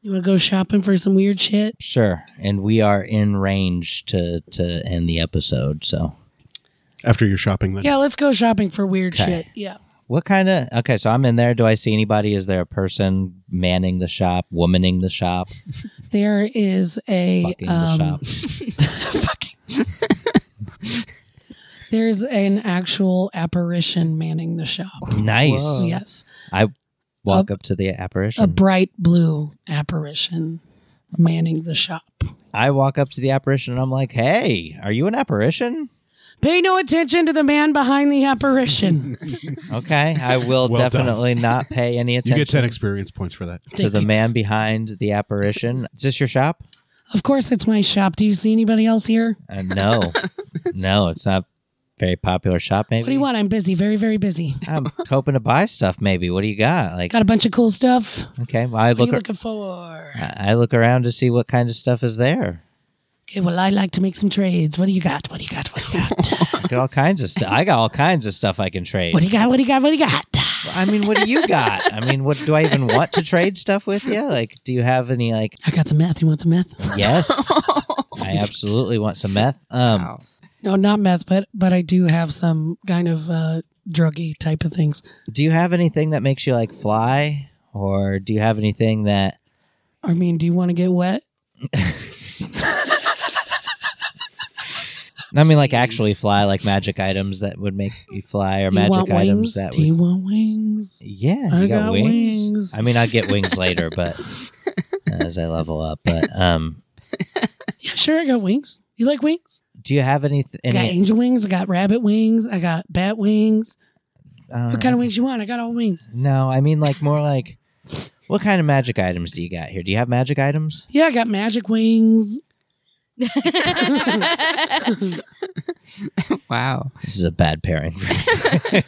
[SPEAKER 6] you want to go shopping for some weird shit?
[SPEAKER 3] Sure. And we are in range to to end the episode. So
[SPEAKER 2] After your shopping, then.
[SPEAKER 6] Yeah. Let's go shopping for weird
[SPEAKER 3] Okay.
[SPEAKER 6] shit. Yeah.
[SPEAKER 3] what kind of okay, so I'm in there. Do I see anybody? Is there a person manning the shop, womaning the shop,
[SPEAKER 6] There is a
[SPEAKER 3] fucking
[SPEAKER 6] um,
[SPEAKER 3] the shop?
[SPEAKER 6] fucking. There's an actual apparition manning the shop.
[SPEAKER 3] Nice. Whoa.
[SPEAKER 6] Yes.
[SPEAKER 3] I walk
[SPEAKER 6] A-
[SPEAKER 3] up to the apparition.
[SPEAKER 6] a bright blue apparition manning the shop.
[SPEAKER 3] I walk up to the apparition and I'm like, "Hey, are you an apparition?"
[SPEAKER 6] Pay no attention to the man behind the apparition.
[SPEAKER 3] Okay, I
[SPEAKER 2] Well
[SPEAKER 3] will
[SPEAKER 2] done.
[SPEAKER 3] definitely not pay any
[SPEAKER 2] You
[SPEAKER 3] attention
[SPEAKER 2] get 10 experience points for that.
[SPEAKER 3] to the man behind the apparition. Is this your shop?
[SPEAKER 6] of course, it's my shop. Do you see anybody else here?
[SPEAKER 3] Uh, no, no, it's not a very popular shop. Maybe
[SPEAKER 6] What do you want? I'm busy, very, very busy.
[SPEAKER 3] I'm hoping to buy stuff. Maybe what do you got? Like,
[SPEAKER 6] Got a bunch of cool stuff.
[SPEAKER 3] okay, well, I
[SPEAKER 6] What are
[SPEAKER 3] look,
[SPEAKER 6] you
[SPEAKER 3] ar-
[SPEAKER 6] looking for?
[SPEAKER 3] I I look around to see what kind of stuff is there.
[SPEAKER 6] Okay, well, I like to make some trades. What do you got? What do you got? What do you got?
[SPEAKER 3] I got all kinds of stuff. I got all kinds of stuff I can trade.
[SPEAKER 6] what do you got? What do you got? What do you got?
[SPEAKER 3] I mean, what do you got? I mean, what do I even want to trade stuff with you? Like, do you have any like?
[SPEAKER 6] I got some meth. You want some meth?
[SPEAKER 3] Yes, I absolutely want some meth. Um,
[SPEAKER 4] Wow.
[SPEAKER 6] No, not meth, but but I do have some kind of uh, druggy type of things.
[SPEAKER 3] do you have anything that makes you like fly, or do you have anything that?
[SPEAKER 6] I mean, do you want to get wet?
[SPEAKER 3] I mean, like actually fly, like magic items that would make you fly, or
[SPEAKER 6] Do you
[SPEAKER 3] magic
[SPEAKER 6] want wings?
[SPEAKER 3] items that
[SPEAKER 6] Do
[SPEAKER 3] would.
[SPEAKER 6] you want wings?
[SPEAKER 3] Yeah,
[SPEAKER 6] I
[SPEAKER 3] you got,
[SPEAKER 6] got
[SPEAKER 3] wings.
[SPEAKER 6] wings.
[SPEAKER 3] I mean, I get wings later, but as I level up. But um,
[SPEAKER 6] Yeah, sure. I got wings. You like wings?
[SPEAKER 3] do you have any?
[SPEAKER 6] I got
[SPEAKER 3] any
[SPEAKER 6] angel wings. I got rabbit wings. I got bat wings.
[SPEAKER 3] uh,
[SPEAKER 6] What kind of wings you want? I got all wings.
[SPEAKER 3] No, I mean like more like. What kind of magic items do you got here? Do you have magic items?
[SPEAKER 6] Yeah, I got magic wings.
[SPEAKER 4] Wow.
[SPEAKER 3] This is a bad pairing. I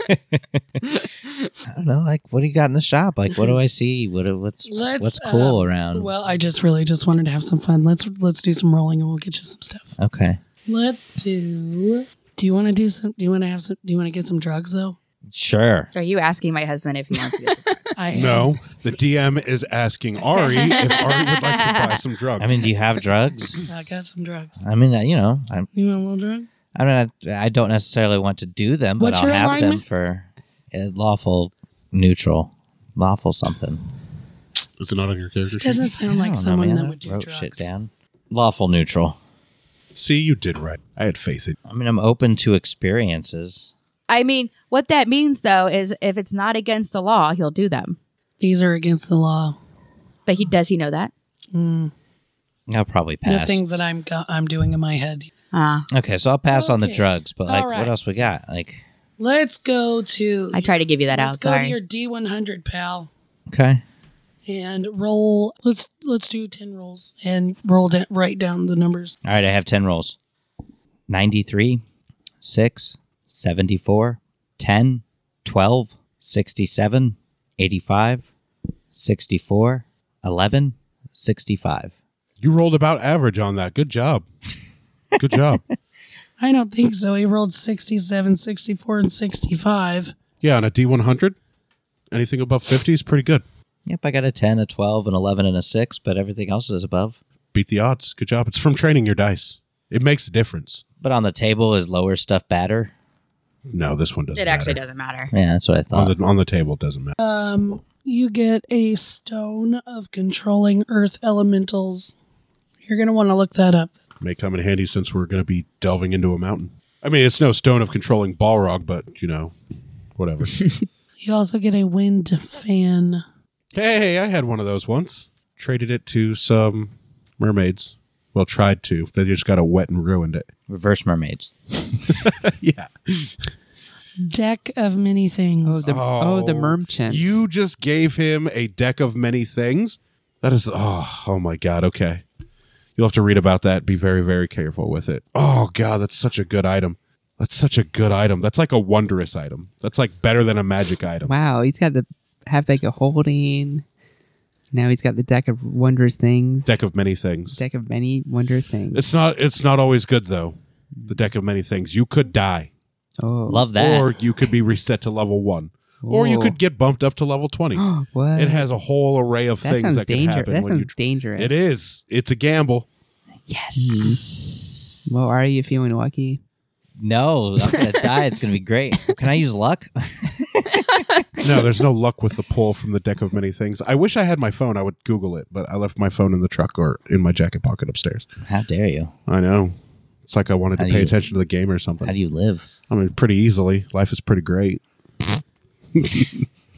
[SPEAKER 3] don't know. Like, what do you got in the shop? Like, what do I see? What what's
[SPEAKER 6] Let's,
[SPEAKER 3] what's cool
[SPEAKER 6] um,
[SPEAKER 3] around?
[SPEAKER 6] Well, I just really just wanted to have some fun. Let's let's do some rolling and we'll get you some stuff.
[SPEAKER 3] okay,
[SPEAKER 6] Let's do. Do you want to do some? Do you want to have some? Do you want to get some drugs though?
[SPEAKER 3] sure.
[SPEAKER 5] Are you asking my husband if he wants to get some?
[SPEAKER 6] I
[SPEAKER 2] No, the DM is asking Ari if Ari would like to buy some drugs.
[SPEAKER 3] I mean, do you have drugs?
[SPEAKER 6] I got some drugs.
[SPEAKER 3] I mean, uh, you know, I'm
[SPEAKER 6] You want a little drug?
[SPEAKER 3] I'm not. I don't necessarily want to do them, but
[SPEAKER 6] What's
[SPEAKER 3] I'll
[SPEAKER 6] your
[SPEAKER 3] have them
[SPEAKER 6] alignment?
[SPEAKER 3] for uh, lawful, neutral, lawful something.
[SPEAKER 2] is it not on your character
[SPEAKER 6] It
[SPEAKER 2] sheet?
[SPEAKER 6] doesn't sound
[SPEAKER 3] I
[SPEAKER 6] like
[SPEAKER 3] don't know,
[SPEAKER 6] someone
[SPEAKER 3] man.
[SPEAKER 6] that
[SPEAKER 3] I
[SPEAKER 6] would do
[SPEAKER 3] wrote
[SPEAKER 6] drugs.
[SPEAKER 3] shit down. Lawful neutral.
[SPEAKER 2] See, you did right. I had faith in
[SPEAKER 3] I mean, I'm open to experiences.
[SPEAKER 5] I mean, what that means though is if it's not against the law, he'll do them.
[SPEAKER 6] These are against the law.
[SPEAKER 5] But he does he know that?
[SPEAKER 3] I'll probably pass.
[SPEAKER 6] The things that I'm go- I'm doing in my head.
[SPEAKER 5] Ah,
[SPEAKER 3] Okay, so I'll pass on the
[SPEAKER 6] Okay.
[SPEAKER 3] drugs, but like,
[SPEAKER 6] All
[SPEAKER 3] what
[SPEAKER 6] right.
[SPEAKER 3] else we got? Like,
[SPEAKER 6] Let's go to.
[SPEAKER 5] I try to give you that
[SPEAKER 6] Let's
[SPEAKER 5] out.
[SPEAKER 6] go
[SPEAKER 5] Sorry.
[SPEAKER 6] to your D100, pal,
[SPEAKER 3] okay,
[SPEAKER 6] and roll. Let's let's do ten rolls and roll da- write down the numbers.
[SPEAKER 3] all right, I have ten rolls: 93, 6, 74, 10, 12, 67, 85, 64, 11, 65.
[SPEAKER 2] You rolled about average on that. Good job. Good job.
[SPEAKER 6] I don't think so. He rolled 67, 64, and 65.
[SPEAKER 2] yeah, on a D100, anything above 50 is pretty good.
[SPEAKER 3] Yep, I got a 10, a 12, an 11, and a 6, but everything else is above.
[SPEAKER 2] Beat the odds. Good job. It's from training your dice. It makes a difference.
[SPEAKER 3] But on the table is lower stuff batter.
[SPEAKER 2] No, this one doesn't.
[SPEAKER 5] it actually
[SPEAKER 2] matter.
[SPEAKER 5] doesn't matter.
[SPEAKER 3] Yeah, that's what I thought.
[SPEAKER 2] On the, on the table, it doesn't matter.
[SPEAKER 6] Um, you get a stone of controlling earth elementals. You're going to want to look that up.
[SPEAKER 2] May come in handy since we're going to be delving into a mountain. I mean, it's no stone of controlling Balrog, but, you know, whatever.
[SPEAKER 6] You also get a wind fan.
[SPEAKER 2] hey, I had one of those once. Traded it to some mermaids. Well, tried to. They just got it wet and ruined it.
[SPEAKER 3] Reverse mermaids.
[SPEAKER 2] yeah.
[SPEAKER 6] Deck of many things.
[SPEAKER 4] Oh, the oh, the mermchants.
[SPEAKER 2] You just gave him a deck of many things. That is oh oh my god. Okay, you'll have to read about that. Be very very careful with it. Oh god, that's such a good item. That's such a good item. That's like a wondrous item. That's like better than a magic item.
[SPEAKER 4] wow, he's got the half bag of holding. Now he's got the deck of wondrous things.
[SPEAKER 2] Deck of many things.
[SPEAKER 4] deck of many wondrous things.
[SPEAKER 2] It's not it's not always good though. The deck of many things. You could die,
[SPEAKER 4] oh,
[SPEAKER 3] Love that.
[SPEAKER 2] or you could be reset to level one, or you
[SPEAKER 4] Ooh.
[SPEAKER 2] could get bumped up to level twenty.
[SPEAKER 4] what?
[SPEAKER 2] It has a whole array of
[SPEAKER 4] that
[SPEAKER 2] things
[SPEAKER 4] sounds
[SPEAKER 2] that can
[SPEAKER 4] dangerous.
[SPEAKER 2] happen.
[SPEAKER 4] That
[SPEAKER 2] when
[SPEAKER 4] sounds
[SPEAKER 2] you tr-
[SPEAKER 4] dangerous.
[SPEAKER 2] It is. It's a gamble.
[SPEAKER 3] yes.
[SPEAKER 4] Well, are you feeling lucky?
[SPEAKER 3] No, I'm gonna die. It's gonna be great. Can I use luck?
[SPEAKER 2] no, there's no luck with the pull from the deck of many things. I wish I had my phone. I would Google it, but I left my phone in the truck or in my jacket pocket upstairs.
[SPEAKER 3] How dare you?
[SPEAKER 2] I know. It's like I wanted to
[SPEAKER 3] How do
[SPEAKER 2] pay
[SPEAKER 3] you-
[SPEAKER 2] attention to the game or something.
[SPEAKER 3] How do you live?
[SPEAKER 2] I mean, pretty easily. Life is pretty great.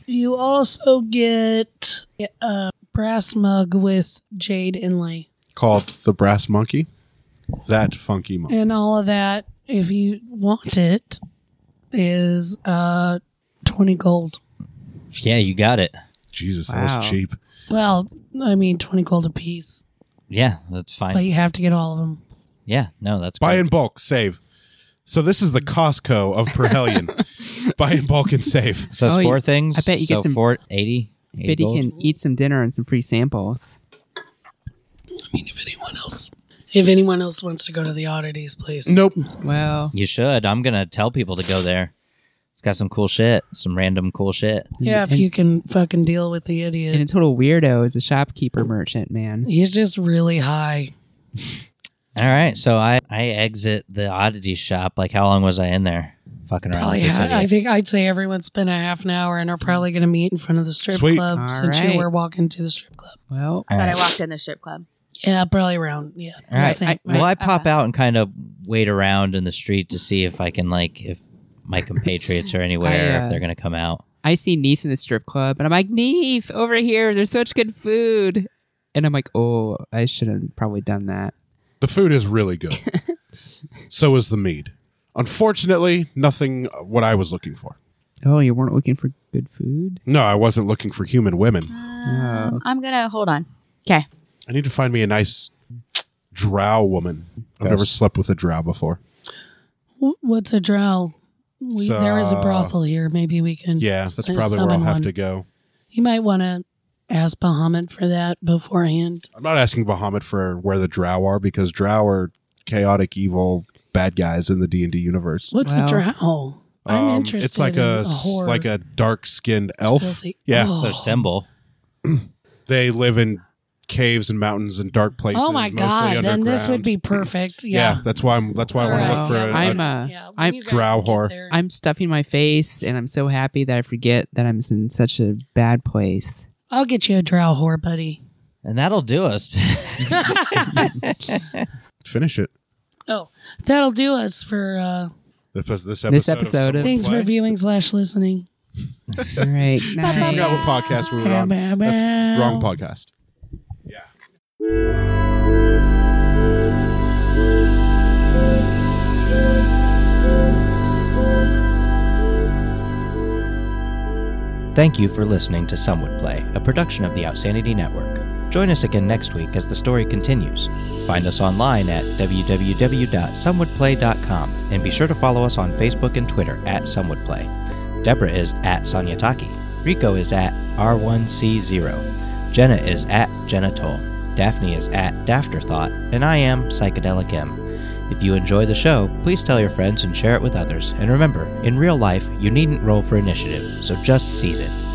[SPEAKER 6] You also get a brass mug with jade inlay
[SPEAKER 2] Called the Brass Monkey. That funky monkey.
[SPEAKER 6] and all of that. If you want it, is uh twenty gold.
[SPEAKER 3] Yeah, you got it.
[SPEAKER 2] Jesus, that
[SPEAKER 4] Wow.
[SPEAKER 2] was cheap.
[SPEAKER 6] Well, I mean twenty gold apiece,
[SPEAKER 3] Yeah, that's fine.
[SPEAKER 6] but you have to get all of them.
[SPEAKER 3] yeah, no, that's
[SPEAKER 2] Buy
[SPEAKER 3] great.
[SPEAKER 2] in bulk, save. So this is the Costco of Perhelion. Buy in bulk and save.
[SPEAKER 3] So it's
[SPEAKER 4] Oh,
[SPEAKER 3] four
[SPEAKER 4] you-
[SPEAKER 3] things.
[SPEAKER 4] I bet you
[SPEAKER 3] so
[SPEAKER 4] get some-
[SPEAKER 3] four, 80, 80
[SPEAKER 4] Biddy
[SPEAKER 3] gold?
[SPEAKER 4] can eat some dinner and some free samples.
[SPEAKER 6] I mean, if anyone else, if anyone else wants to go to the oddities, please.
[SPEAKER 2] Nope.
[SPEAKER 4] Well,
[SPEAKER 3] You should. I'm gonna tell people to go there. It's got some cool shit. Some random cool shit.
[SPEAKER 6] Yeah, if
[SPEAKER 4] And-
[SPEAKER 6] you can fucking deal with the
[SPEAKER 4] and a
[SPEAKER 6] idiot,
[SPEAKER 4] total weirdo is a shopkeeper merchant man.
[SPEAKER 6] he's just really high.
[SPEAKER 3] All right, so I I exit the oddity shop. Like, how long was I in there? Fucking around.
[SPEAKER 6] Probably,
[SPEAKER 3] with this
[SPEAKER 6] ha- Oh, I
[SPEAKER 3] idiot?
[SPEAKER 6] think I'd say everyone's spent a half an hour and are probably going to meet in front of the strip
[SPEAKER 2] Sweet.
[SPEAKER 6] club
[SPEAKER 4] All
[SPEAKER 6] since
[SPEAKER 4] right.
[SPEAKER 6] you were walking to the strip club.
[SPEAKER 4] Well,
[SPEAKER 3] All
[SPEAKER 5] But
[SPEAKER 3] right.
[SPEAKER 5] I walked in the strip club.
[SPEAKER 6] Yeah, probably around. Yeah.
[SPEAKER 3] All right.
[SPEAKER 6] Same.
[SPEAKER 3] I, well,
[SPEAKER 4] Uh-huh.
[SPEAKER 3] I pop out and kind of wait around in the street to see if I can like if my compatriots are anywhere,
[SPEAKER 4] I, uh,
[SPEAKER 3] if they're gonna come out.
[SPEAKER 4] I see Neef in the strip club, and I'm like, Neef, over here. There's such good food. And I'm like, oh, I should have probably done that.
[SPEAKER 2] The food is really good. so is the mead. Unfortunately, nothing uh, what I was looking for.
[SPEAKER 4] Oh, you weren't looking for good food?
[SPEAKER 2] No, I wasn't looking for human women.
[SPEAKER 5] Um, I'm gonna hold on. Okay.
[SPEAKER 2] I need to find me a nice drow woman. I've never slept with a drow before.
[SPEAKER 6] Wh- What's a drow? We,
[SPEAKER 2] So-
[SPEAKER 6] there is a brothel here. Maybe we can.
[SPEAKER 2] Yeah, that's
[SPEAKER 6] s-
[SPEAKER 2] probably where I'll
[SPEAKER 6] summon
[SPEAKER 2] have
[SPEAKER 6] one.
[SPEAKER 2] to go.
[SPEAKER 6] You might want to ask Bahamut for that beforehand.
[SPEAKER 2] I'm not asking Bahamut for where the drow are because drow are chaotic, evil, bad guys in the D and D universe.
[SPEAKER 6] What's
[SPEAKER 4] Well,
[SPEAKER 6] a drow? I'm
[SPEAKER 2] Um,
[SPEAKER 6] interested.
[SPEAKER 2] It's like
[SPEAKER 6] in
[SPEAKER 2] a,
[SPEAKER 6] a
[SPEAKER 2] s-
[SPEAKER 6] whore.
[SPEAKER 2] like a dark skinned elf.
[SPEAKER 6] filthy.
[SPEAKER 2] Yeah,
[SPEAKER 6] Oh.
[SPEAKER 3] It's their symbol.
[SPEAKER 2] they live in caves and mountains and dark places.
[SPEAKER 6] Oh my
[SPEAKER 2] mostly
[SPEAKER 6] god! Then this
[SPEAKER 2] underground.
[SPEAKER 6] would be perfect.
[SPEAKER 2] Yeah,
[SPEAKER 6] Yeah.
[SPEAKER 2] that's why I'm. That's why I want
[SPEAKER 6] Alright.
[SPEAKER 2] to look for a,
[SPEAKER 4] I'm
[SPEAKER 2] a-
[SPEAKER 4] a,
[SPEAKER 6] Yeah, uh, when
[SPEAKER 4] I'm-
[SPEAKER 6] you guys
[SPEAKER 2] Drow
[SPEAKER 6] get
[SPEAKER 2] whore.
[SPEAKER 6] there.
[SPEAKER 4] I'm stuffing my face, and I'm so happy that I forget that I'm in such a bad place.
[SPEAKER 6] I'll get you a drow whore, buddy.
[SPEAKER 3] And that'll do us.
[SPEAKER 2] finish it.
[SPEAKER 6] Oh, that'll do us for uh,
[SPEAKER 2] This, this episode.
[SPEAKER 4] This
[SPEAKER 2] of
[SPEAKER 4] episode
[SPEAKER 2] Someone
[SPEAKER 4] of-
[SPEAKER 6] thanks
[SPEAKER 2] Play.
[SPEAKER 6] for viewing slash listening.
[SPEAKER 4] All right.
[SPEAKER 2] I
[SPEAKER 4] night.
[SPEAKER 2] forgot what podcast we were on. That's wrong podcast.
[SPEAKER 3] Thank you for listening to Some Would Play, a production of the Outsanity Network. Join us again next week as the story continues. Find us online at www.somewouldplay.com and be sure to follow us on Facebook and Twitter at Some Would Play. Deborah is at Sanyataki. Rico is at R1C0. Jenna is at Jenna Toll. Daphne is at Dafterthought. And I am Psychedelic M. If you enjoy the show, please tell your friends and share it with others. And remember, in real life, you needn't roll for initiative, so just seize it.